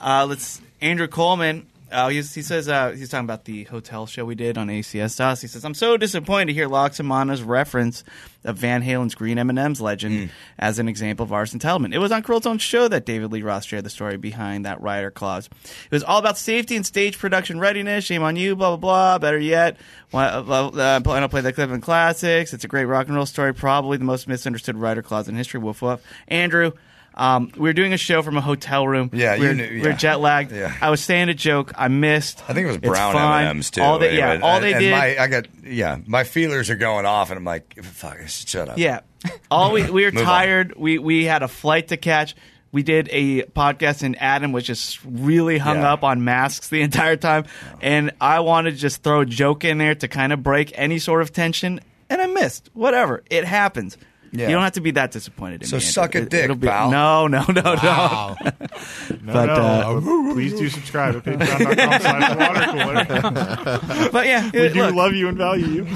S5: Uh, let's Andrew Coleman. Uh, he's, he says uh, he's talking about the hotel show we did on ACS DOS. He says I'm so disappointed to hear Loxamana's reference of Van Halen's Green M&M's
S7: Mm.
S5: legend as an example of artist entitlement. It was on Cruel's own show that David Lee Roth shared the story behind that rider clause. It was all about safety and stage production readiness. Shame on you, blah blah blah. Better yet, why, uh, blah, blah, uh, I don't play the Cleveland Classics. It's a great rock and roll story, probably the most misunderstood rider clause in history. Woof woof. Andrew. Um, we were doing a show from a hotel room.
S7: Yeah,
S5: we were,
S7: you knew-
S5: we were
S7: yeah.
S5: jet lagged.
S7: Yeah.
S5: I was saying a joke. I missed. I think it was
S7: brown
S5: M
S7: M&Ms too.
S5: All they, yeah,
S7: anyway.
S5: all
S7: And-
S5: they
S7: and
S5: did.
S7: My, I got yeah. My feelers are going off, and I'm like, fuck, shut up.
S5: Yeah. All we, we were
S7: Move on.
S5: tired. We we had a flight to catch. We did a podcast and Adam was just really hung
S7: Yeah.
S5: up on masks the entire time. And I wanted to just throw a joke in there to kind of break any sort of tension. And I missed. Whatever. It happens.
S7: Yeah.
S5: You don't have to be that disappointed in
S7: So
S5: me, Andrew.
S7: suck a
S5: It-
S7: dick,
S5: it'll be-
S7: pal.
S5: No, no, no,
S7: Wow.
S5: no.
S9: No,
S5: but
S9: no,
S5: uh,
S9: but please do subscribe at patreon.com slash water cooler.
S5: But yeah,
S9: we
S5: it-
S9: do
S5: look.
S9: love you and value you.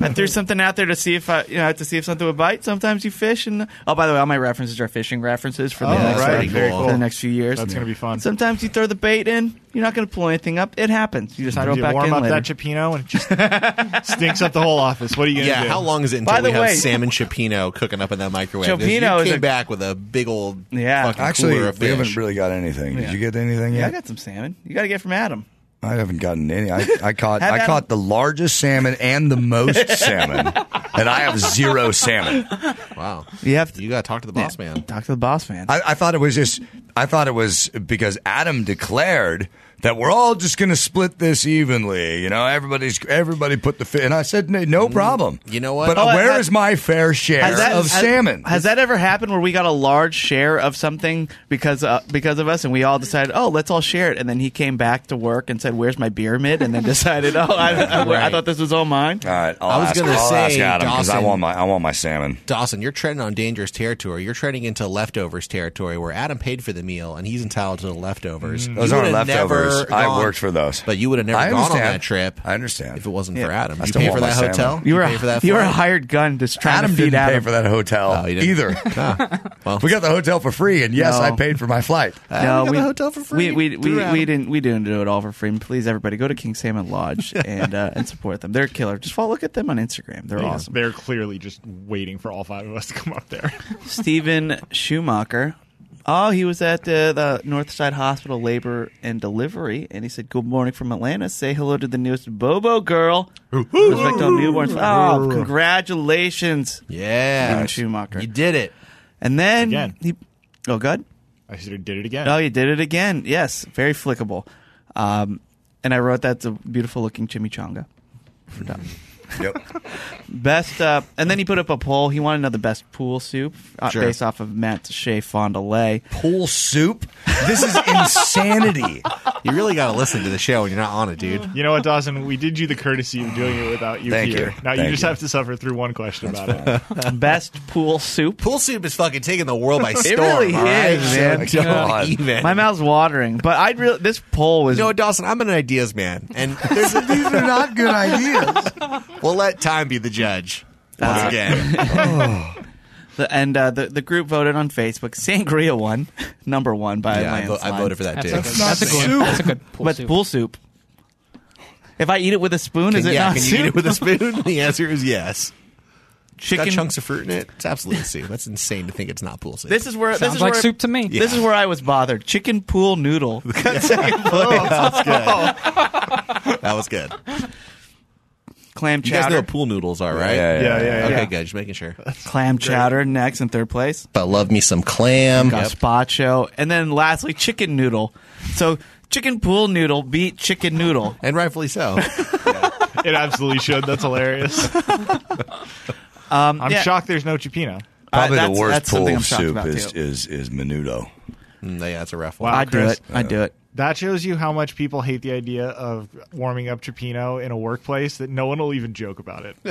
S5: I threw something out there to see if I, you know, to see if something would bite. Sometimes you fish, and oh, by the way, all my references are fishing references for the
S9: Oh,
S5: next
S9: right.
S5: like,
S9: Very
S5: for
S9: cool.
S5: the next few years.
S9: That's gonna be fun.
S5: Sometimes you throw the bait in, you're not going to pull anything up. It happens. You just throw it
S9: You
S5: back
S9: warm
S5: in
S9: up
S5: later.
S9: that chipino and it just stinks up the whole office. What are you gonna
S8: Yeah,
S9: do?
S8: how long is it
S9: By
S8: until
S9: the
S8: we
S9: way,
S8: have salmon chipino cooking up in that microwave? 'Cause
S5: Chipino
S8: you
S5: is
S8: came
S5: a-
S8: back with a big old
S5: Yeah.
S8: fucking
S7: Actually,
S8: cooler of
S7: we haven't
S8: fish.
S7: really got anything.
S5: Yeah.
S7: Did you get anything
S5: yeah, I
S7: yet?
S5: got some salmon. You got to get from Adam.
S7: I haven't gotten any. I, I caught
S5: Have
S7: I
S5: at
S7: caught the largest salmon and the most salmon, and I have zero salmon.
S8: Wow,
S5: you have
S8: you got to talk to the boss man.
S5: Talk to the boss man.
S7: I, I thought it was just. I thought it was because Adam declared that we're all just going to split this evenly. You know, everybody's everybody put the fi and I said no, no problem.
S8: Mm, You know
S7: But
S5: Oh,
S7: where is
S5: I-
S7: my fair share of
S5: has-
S7: salmon?
S5: Has that ever happened where we got a large share of something because uh, because of us, and we all decided, oh, let's all share it, and then he came back to work and said, "Where's my pyramid?" and then decided, oh, I, I, I
S8: Right.
S5: thought this was all mine.
S7: All right, I'll
S8: I was
S7: ask,
S8: gonna
S7: I'll ask
S8: say,
S7: Adam because I
S8: Dawson-
S7: want my I want my salmon.
S8: Dawson, you're treading on dangerous territory. You're treading into leftovers territory where Adam paid for the meal and he's entitled to the leftovers. You
S7: Mm. Those aren't
S8: would've
S7: leftovers.
S8: never
S7: I
S8: gone-
S7: worked for those,
S8: but you would have never
S7: I
S8: gone on
S7: understand.
S8: that trip.
S7: I understand. If
S8: it wasn't for Adam,
S7: I
S8: you
S7: still
S8: pay
S7: want
S8: for
S7: my
S8: that
S7: salmon.
S8: hotel.
S5: You were
S8: pay for that.
S5: you were a
S8: flight?
S5: hired gun just trying
S7: Adam
S5: to feed
S7: didn't
S5: Adam
S7: pay for that hotel
S8: didn't.
S7: either. we got the hotel for free, and yes,
S5: No.
S7: I paid for my flight.
S5: no,
S8: we got the hotel for free
S5: We we, we,
S8: through
S5: we
S8: Adam.
S5: didn't we didn't do it all for free. Please, everybody, go to King Salmon Lodge and uh, and support them. They're killer. Just follow look at them on Instagram. They're
S9: Yeah,
S5: awesome.
S9: They're clearly just waiting for all five of us to come up there.
S5: Stephen Schumacher. Oh, he was at uh, the Northside Hospital Labor and Delivery, and he said, "Good morning from Atlanta. Say hello to the newest Bobo girl. Respect all newborns. Oh, congratulations!
S8: Yeah,
S5: Stephen Schumacher,
S8: you did it.
S5: And then
S9: Again.
S5: he, oh, good.
S9: I should have did it again.
S5: Oh, you did it again. Yes, very flickable. Um, and I wrote that's a beautiful looking chimichanga. For Dom.
S7: Yep.
S5: best, uh, and then he put up a poll. He wanted to know the best pool soup uh,
S7: Sure.
S5: based off of Matt Shea Fond du Lac.
S7: Pool soup? This is insanity.
S8: You really got to listen to the show when you're not on it, dude.
S9: You know what, Dawson? We did you the courtesy of doing it without you
S8: Thank
S9: here.
S8: you.
S9: Now you
S8: Thank
S9: just
S8: you.
S9: have to suffer through one question about it.
S5: Best pool soup.
S8: Pool soup is fucking taking the world Oh, by storm.
S5: it really
S8: all right?
S5: is, man.
S8: So don't
S5: God.
S8: even.
S5: My mouth's watering, but I'd really this poll was
S8: You know, Dawson, I'm an ideas man, and there's
S7: These are not good ideas.
S8: we'll let time be the judge once
S5: Uh,
S8: again.
S5: The, and uh, the the group voted on Facebook. Sangria won, number one by
S8: Yeah, I
S5: a
S8: vo- I
S5: landslide.
S8: voted for that, too.
S5: That's,
S8: That's not
S5: a good,
S8: soup.
S5: that's a good pool but
S8: soup.
S5: pool soup. If I eat it with a spoon, is
S8: Can-
S5: it
S8: yeah,
S5: not
S8: can
S5: soup?
S8: you eat it with a spoon? the answer is yes.
S5: Chicken
S8: got chunks of fruit in it. It's absolutely soup. That's insane to think it's not pool soup.
S5: This is where this
S8: Sounds
S5: is
S8: like
S5: where,
S8: soup to me.
S5: This
S8: Yeah.
S5: is where I was bothered. Chicken pool noodle.
S8: that was good.
S5: Clam
S8: You guys know
S5: chowder.
S8: what pool noodles are, right?
S5: Yeah, yeah, yeah, yeah, yeah.
S8: Okay,
S5: Yeah.
S8: good. Just making sure.
S5: Clam chowder next and third place.
S8: But love me some clam.
S5: Gazpacho. And then lastly, chicken noodle. So chicken pool noodle beat chicken noodle.
S8: And rightfully so.
S9: it absolutely should. That's hilarious.
S5: Um,
S9: I'm
S5: yeah. Uh,
S9: shocked there's no Chipino.
S7: Probably
S5: that's-
S7: the worst
S5: that's something
S7: pool
S5: I'm shocked
S7: soup
S5: about,
S7: is,
S5: too.
S7: is is menudo.
S8: Mm, yeah, that's a rough
S9: Wow, I'd do Chris. it.
S5: I'd do it.
S9: That shows you how much people hate the idea of warming up Chipino in a workplace that no one will even joke about it.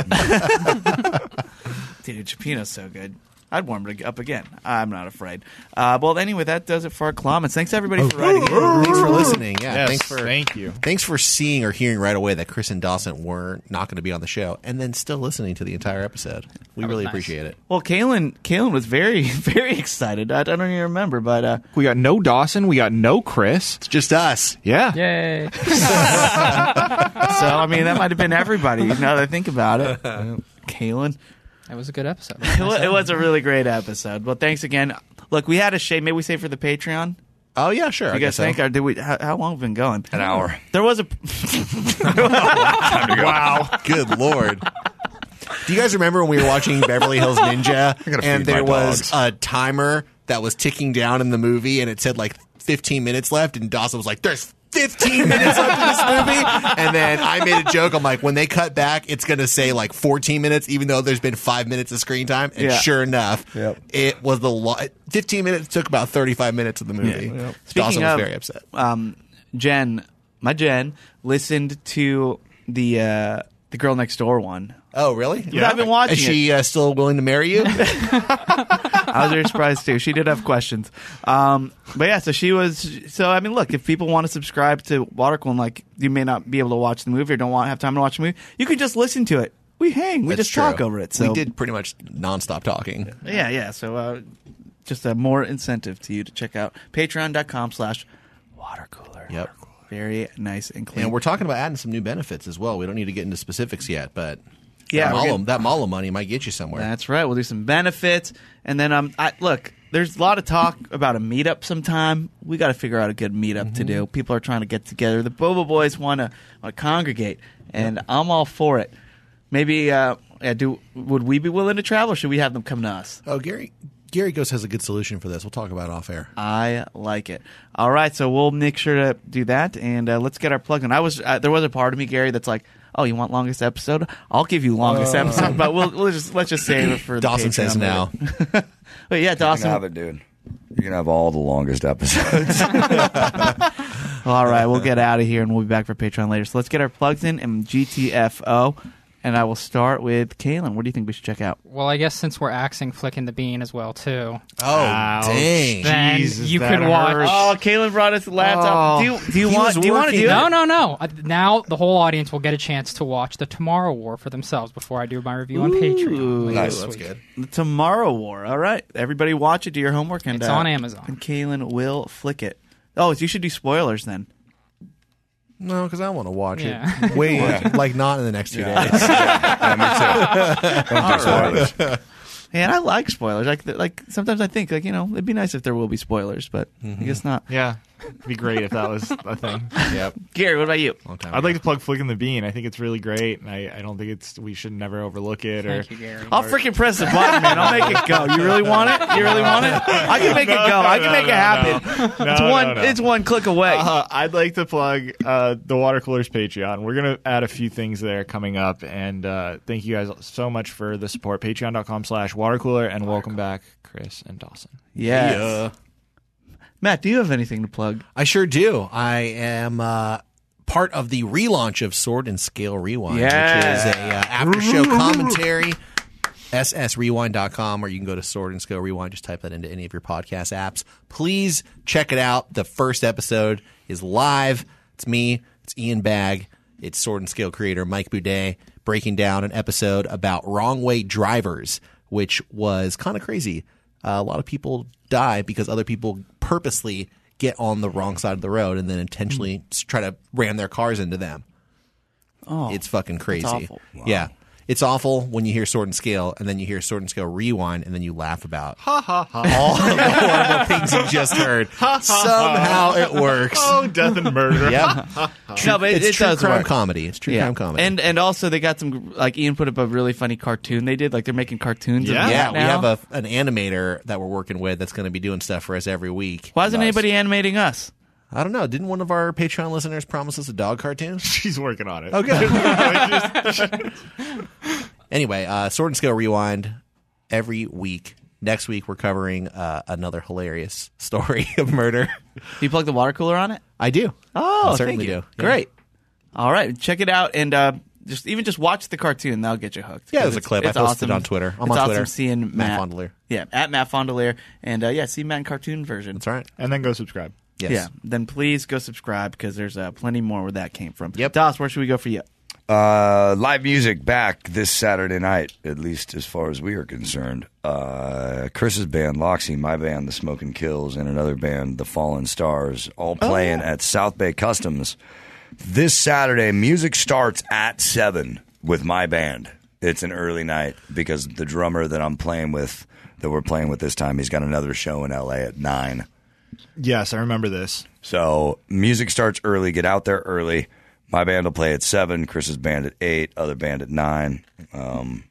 S5: Dude, Chipino's so good. I'd warm it up again. I'm not afraid. Uh, well, anyway, that does it for our comments. Thanks everybody for writing. in.
S8: Thanks for listening. Yeah,
S9: Yes,
S8: thanks for
S9: thank you.
S8: Thanks for seeing or hearing right away that Chris and Dawson were not going to be on the show, and then still listening to the entire episode. We really appreciate it.
S5: Well, Kalen, Kalen was very, very excited. I, I don't even remember, but uh,
S23: We got no Dawson. We got no Chris. It's
S8: just us.
S23: Yeah.
S5: Yay. so, I mean, that might have been everybody now that I think about it. Kalen.
S6: That was a good episode.
S5: Uh, It wa- it was a really great episode. Well, thanks again. Look, we had a shame. Maybe we save for the Patreon.
S8: Oh yeah, sure.
S5: You
S8: I
S5: guys
S8: guess so.
S5: think? Or did we? How, how long have we been going?
S7: An hour.
S5: There was a.
S8: wow. Good lord. Do you guys remember when we were watching Beverly Hills Ninja
S7: gotta
S8: and
S7: feed my
S8: there
S7: dogs.
S8: was a timer
S12: that was ticking down in the movie, and it said like 15 minutes left, and Dawson was like, "There's 15 minutes left in this movie," and then I made a joke. I'm like, "When they cut back, it's gonna say like 14 minutes, even though there's been five minutes of screen time." And
S7: Yeah.
S12: sure enough, it was the lo- 15 minutes took about 35 minutes of the movie. Dawson
S5: Speaking
S12: was
S5: of,
S12: very upset.
S5: Um, Jen, my Jen, listened to the uh, the girl next door one.
S12: Oh, really?
S5: Yeah. I've been watching.
S12: Is she uh, still willing to marry you?
S5: I was very surprised too. She did have questions. Um, but yeah, so she was. So I mean, look, if people want to subscribe to Watercool, and like you may not be able to watch the movie or don't want have time to watch the movie, you can just listen to it. We hang. We
S12: That's
S5: just
S12: true.
S5: talk over it. So
S12: we did pretty much nonstop talking.
S5: Yeah, yeah. So uh, just a more incentive to you to check out patreon.com slash
S8: Yep.
S5: Very nice and clean.
S8: And we're talking about adding some new benefits as well. We don't need to get into specifics yet, but
S5: Yeah,
S8: that
S5: we're
S8: Mala,
S5: getting-
S8: that Mala money might get you somewhere.
S5: That's right. We'll do some benefits, and then um, I, look, there's a lot of talk about a meetup sometime. We got to figure out a good meetup to do.
S8: Mm-hmm.
S5: People are trying to get together. The Bobo Boys want to congregate, and I'm all for it. Maybe uh, yeah, do would we be willing to travel? or Should we have them come to us?
S8: Oh, Gary, Gary Ghost has a good solution for this. We'll talk about it off air.
S5: I like it. All right, so we'll make sure to do that, and uh, let's get our plug in. I was uh, there was a part of me, Gary, that's like, oh, you want longest episode? I'll give you longest
S7: Uh.
S5: episode, but we'll, we'll just let's just save it for the
S7: Dawson
S5: Patreon
S7: says
S5: later.
S7: no.
S5: Wait, yeah,
S7: You're gonna
S5: Dawson.
S7: have it, dude. You're gonna have all the longest episodes.
S5: All right, we'll get out of here, and we'll be back for Patreon later. So let's get our plugs in and GTFO, and I will start with Kalen. What do you think we should check out?
S6: Well, I guess since we're axing flicking the bean as well too.
S5: Oh, Ouch. dang.
S6: Then
S5: Jesus,
S6: you
S5: that
S6: can watch.
S5: hurts. Oh, Kalen brought us the
S7: Oh.
S5: laptop. Do you- do you Oh, He want- was do you wanna do working.
S6: No,
S5: it?
S6: no, no. Uh, Now the whole audience will get a chance to watch the Tomorrow War for themselves before I do my review on Patreon. later this week.
S5: The Tomorrow War. All right, everybody, watch it. Do your homework, and
S6: It's
S5: uh,
S6: on Amazon.
S5: And Kalen will flick it. Oh, you should do spoilers then.
S8: No, because I want to watch
S5: Yeah.
S8: it. Wait,
S5: Yeah.
S8: like, like not in the next two days.
S5: All
S8: spoilers.
S5: right. Man, I like spoilers. Like, like sometimes I think, like you know, it'd be nice if there will be spoilers, but I
S8: Mm-hmm.
S5: guess not.
S9: Yeah. It'd be great if that was a thing.
S8: yep.
S5: Gary, what about you?
S9: I'd like to plug Flicking the Bean. I think it's really great, and I, I don't think it's we should never overlook it. Or
S5: Thank you, Gary. I'll freaking press the button, man. I'll make it go. You really want it? You really want it? I can make it go. I can make it happen. It's one- it's one click away.
S9: Uh, I'd like to plug uh, the Water Coolers Patreon. We're gonna add a few things there coming up, and uh, thank you guys so much for the support. Patreon.com/slash Water Cooler, and welcome back, Chris and Dawson.
S5: Yes. Matt, do you have anything to plug?
S8: I sure do. I am uh, part of the relaunch of Sword and Scale Rewind, which is a uh, after show commentary. SSRewind.com, or you can go to Sword and Scale Rewind. Just type that into any of your podcast apps. Please check it out. The first episode is live. It's me, it's Ian Bagg, it's Sword and Scale creator Mike Boudet breaking down an episode about wrong way drivers, which was kind of crazy. Uh, a lot of people die because other people purposely get on the wrong side of the road and then
S5: Hmm.
S8: intentionally s- try to ram their cars into them.
S5: Oh,
S8: It's fucking crazy.
S5: awful. Wow.
S8: Yeah. It's awful when you hear Sword and Scale and then you hear Sword and Scale Rewind and then you laugh about
S9: Ha ha ha!
S8: all of the horrible things you just heard. Somehow it works.
S9: Oh, death and murder.
S8: Yep.
S5: no, but it,
S8: it's
S5: it
S8: true
S5: does
S8: crime
S5: work.
S8: comedy. It's true crime comedy.
S5: And and also they got some like Ian put up a really funny cartoon they did. Like they're making cartoons.
S8: Yeah,
S5: of
S8: yeah we have a, an animator that we're working with that's going to be doing stuff for us every week.
S5: Why isn't anybody animating us?
S8: I don't know. Didn't one of our Patreon listeners promise us a dog cartoon?
S9: She's working on it.
S8: Okay. anyway, uh, Sword and Scale Rewind every week. Next week we're covering uh, another hilarious story of murder.
S5: You plug the water cooler on it?
S8: I do.
S5: Oh,
S8: I certainly
S5: thank you.
S8: do. Yeah.
S5: Great. All right, check it out and uh, just even just watch the cartoon. That'll get you hooked.
S8: Yeah,
S5: 'Cause
S8: there's a
S5: it's-
S8: clip. I
S5: it's
S8: posted
S5: awesome.
S8: it on Twitter.
S5: it's
S8: I'm on
S5: awesome
S8: Twitter.
S5: seeing
S8: Matt Fondelier.
S5: Yeah, at Matt Fondelier, and uh, yeah, see Matt in cartoon version. That's
S8: right.
S9: And then go subscribe.
S8: Yes.
S5: Yeah. Then please go subscribe because there's uh, plenty more where that came from. Yep. Dos, where should we go for you?
S21: Uh, live music back this Saturday night, at least as far as we are concerned. Uh, Chris's band, Loxy, my band, The Smoking Kills, and another band, The Fallen Stars, all playing at South Bay Customs this Saturday. Music starts at 7 with my band. It's an early night because the drummer that I'm playing with, that we're playing with this time, he's got another show in LA at 9.
S9: Yes, I remember this.
S21: So music starts early. Get out there early. My band will play at seven. Chris's band at eight. Other band at nine. Um,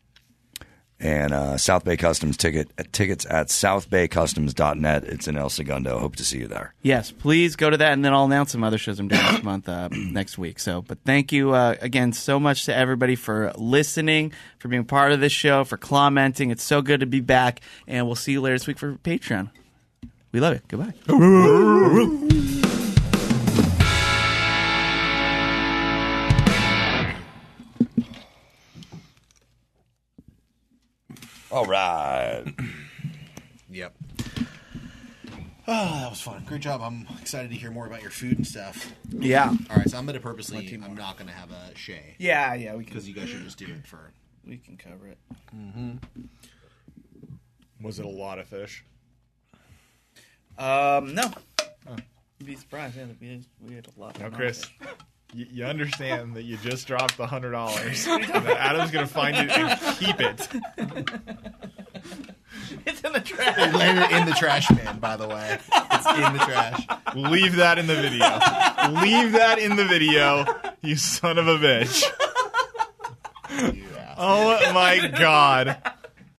S21: and uh, South Bay Customs ticket tickets at southbaycustoms.net. It's in El Segundo. Hope to see you there.
S5: Yes, please go to that, and then I'll announce some other shows I'm doing this month, uh, next week. So, but thank you uh, again so much to everybody for listening, for being part of this show, for commenting. It's so good to be back, and we'll see you later this week for Patreon. We love it. Goodbye.
S21: All right.
S8: Yep. Oh, that was fun. Great job. I'm excited to hear more about your food and stuff.
S5: Yeah.
S8: All right, so I'm going to purposely, I'm not going to have a Shay.
S5: Yeah, yeah, we can-
S8: Because you guys should just do it for.
S5: We can cover it.
S8: Mm-hmm.
S9: Was it a lot of fish?
S5: Um, no. You'd be surprised. Yeah, we had- we had a lot.
S9: Now,
S5: of
S9: Chris, you, you understand that you just dropped the hundred dollars.
S5: nonsense.
S9: Adam's gonna find it and keep it.
S5: it's in the trash.
S8: It landed in the trash man, by the way. It's in the trash.
S9: Leave that in the video. Leave that in the video. You son of a bitch. Oh my god.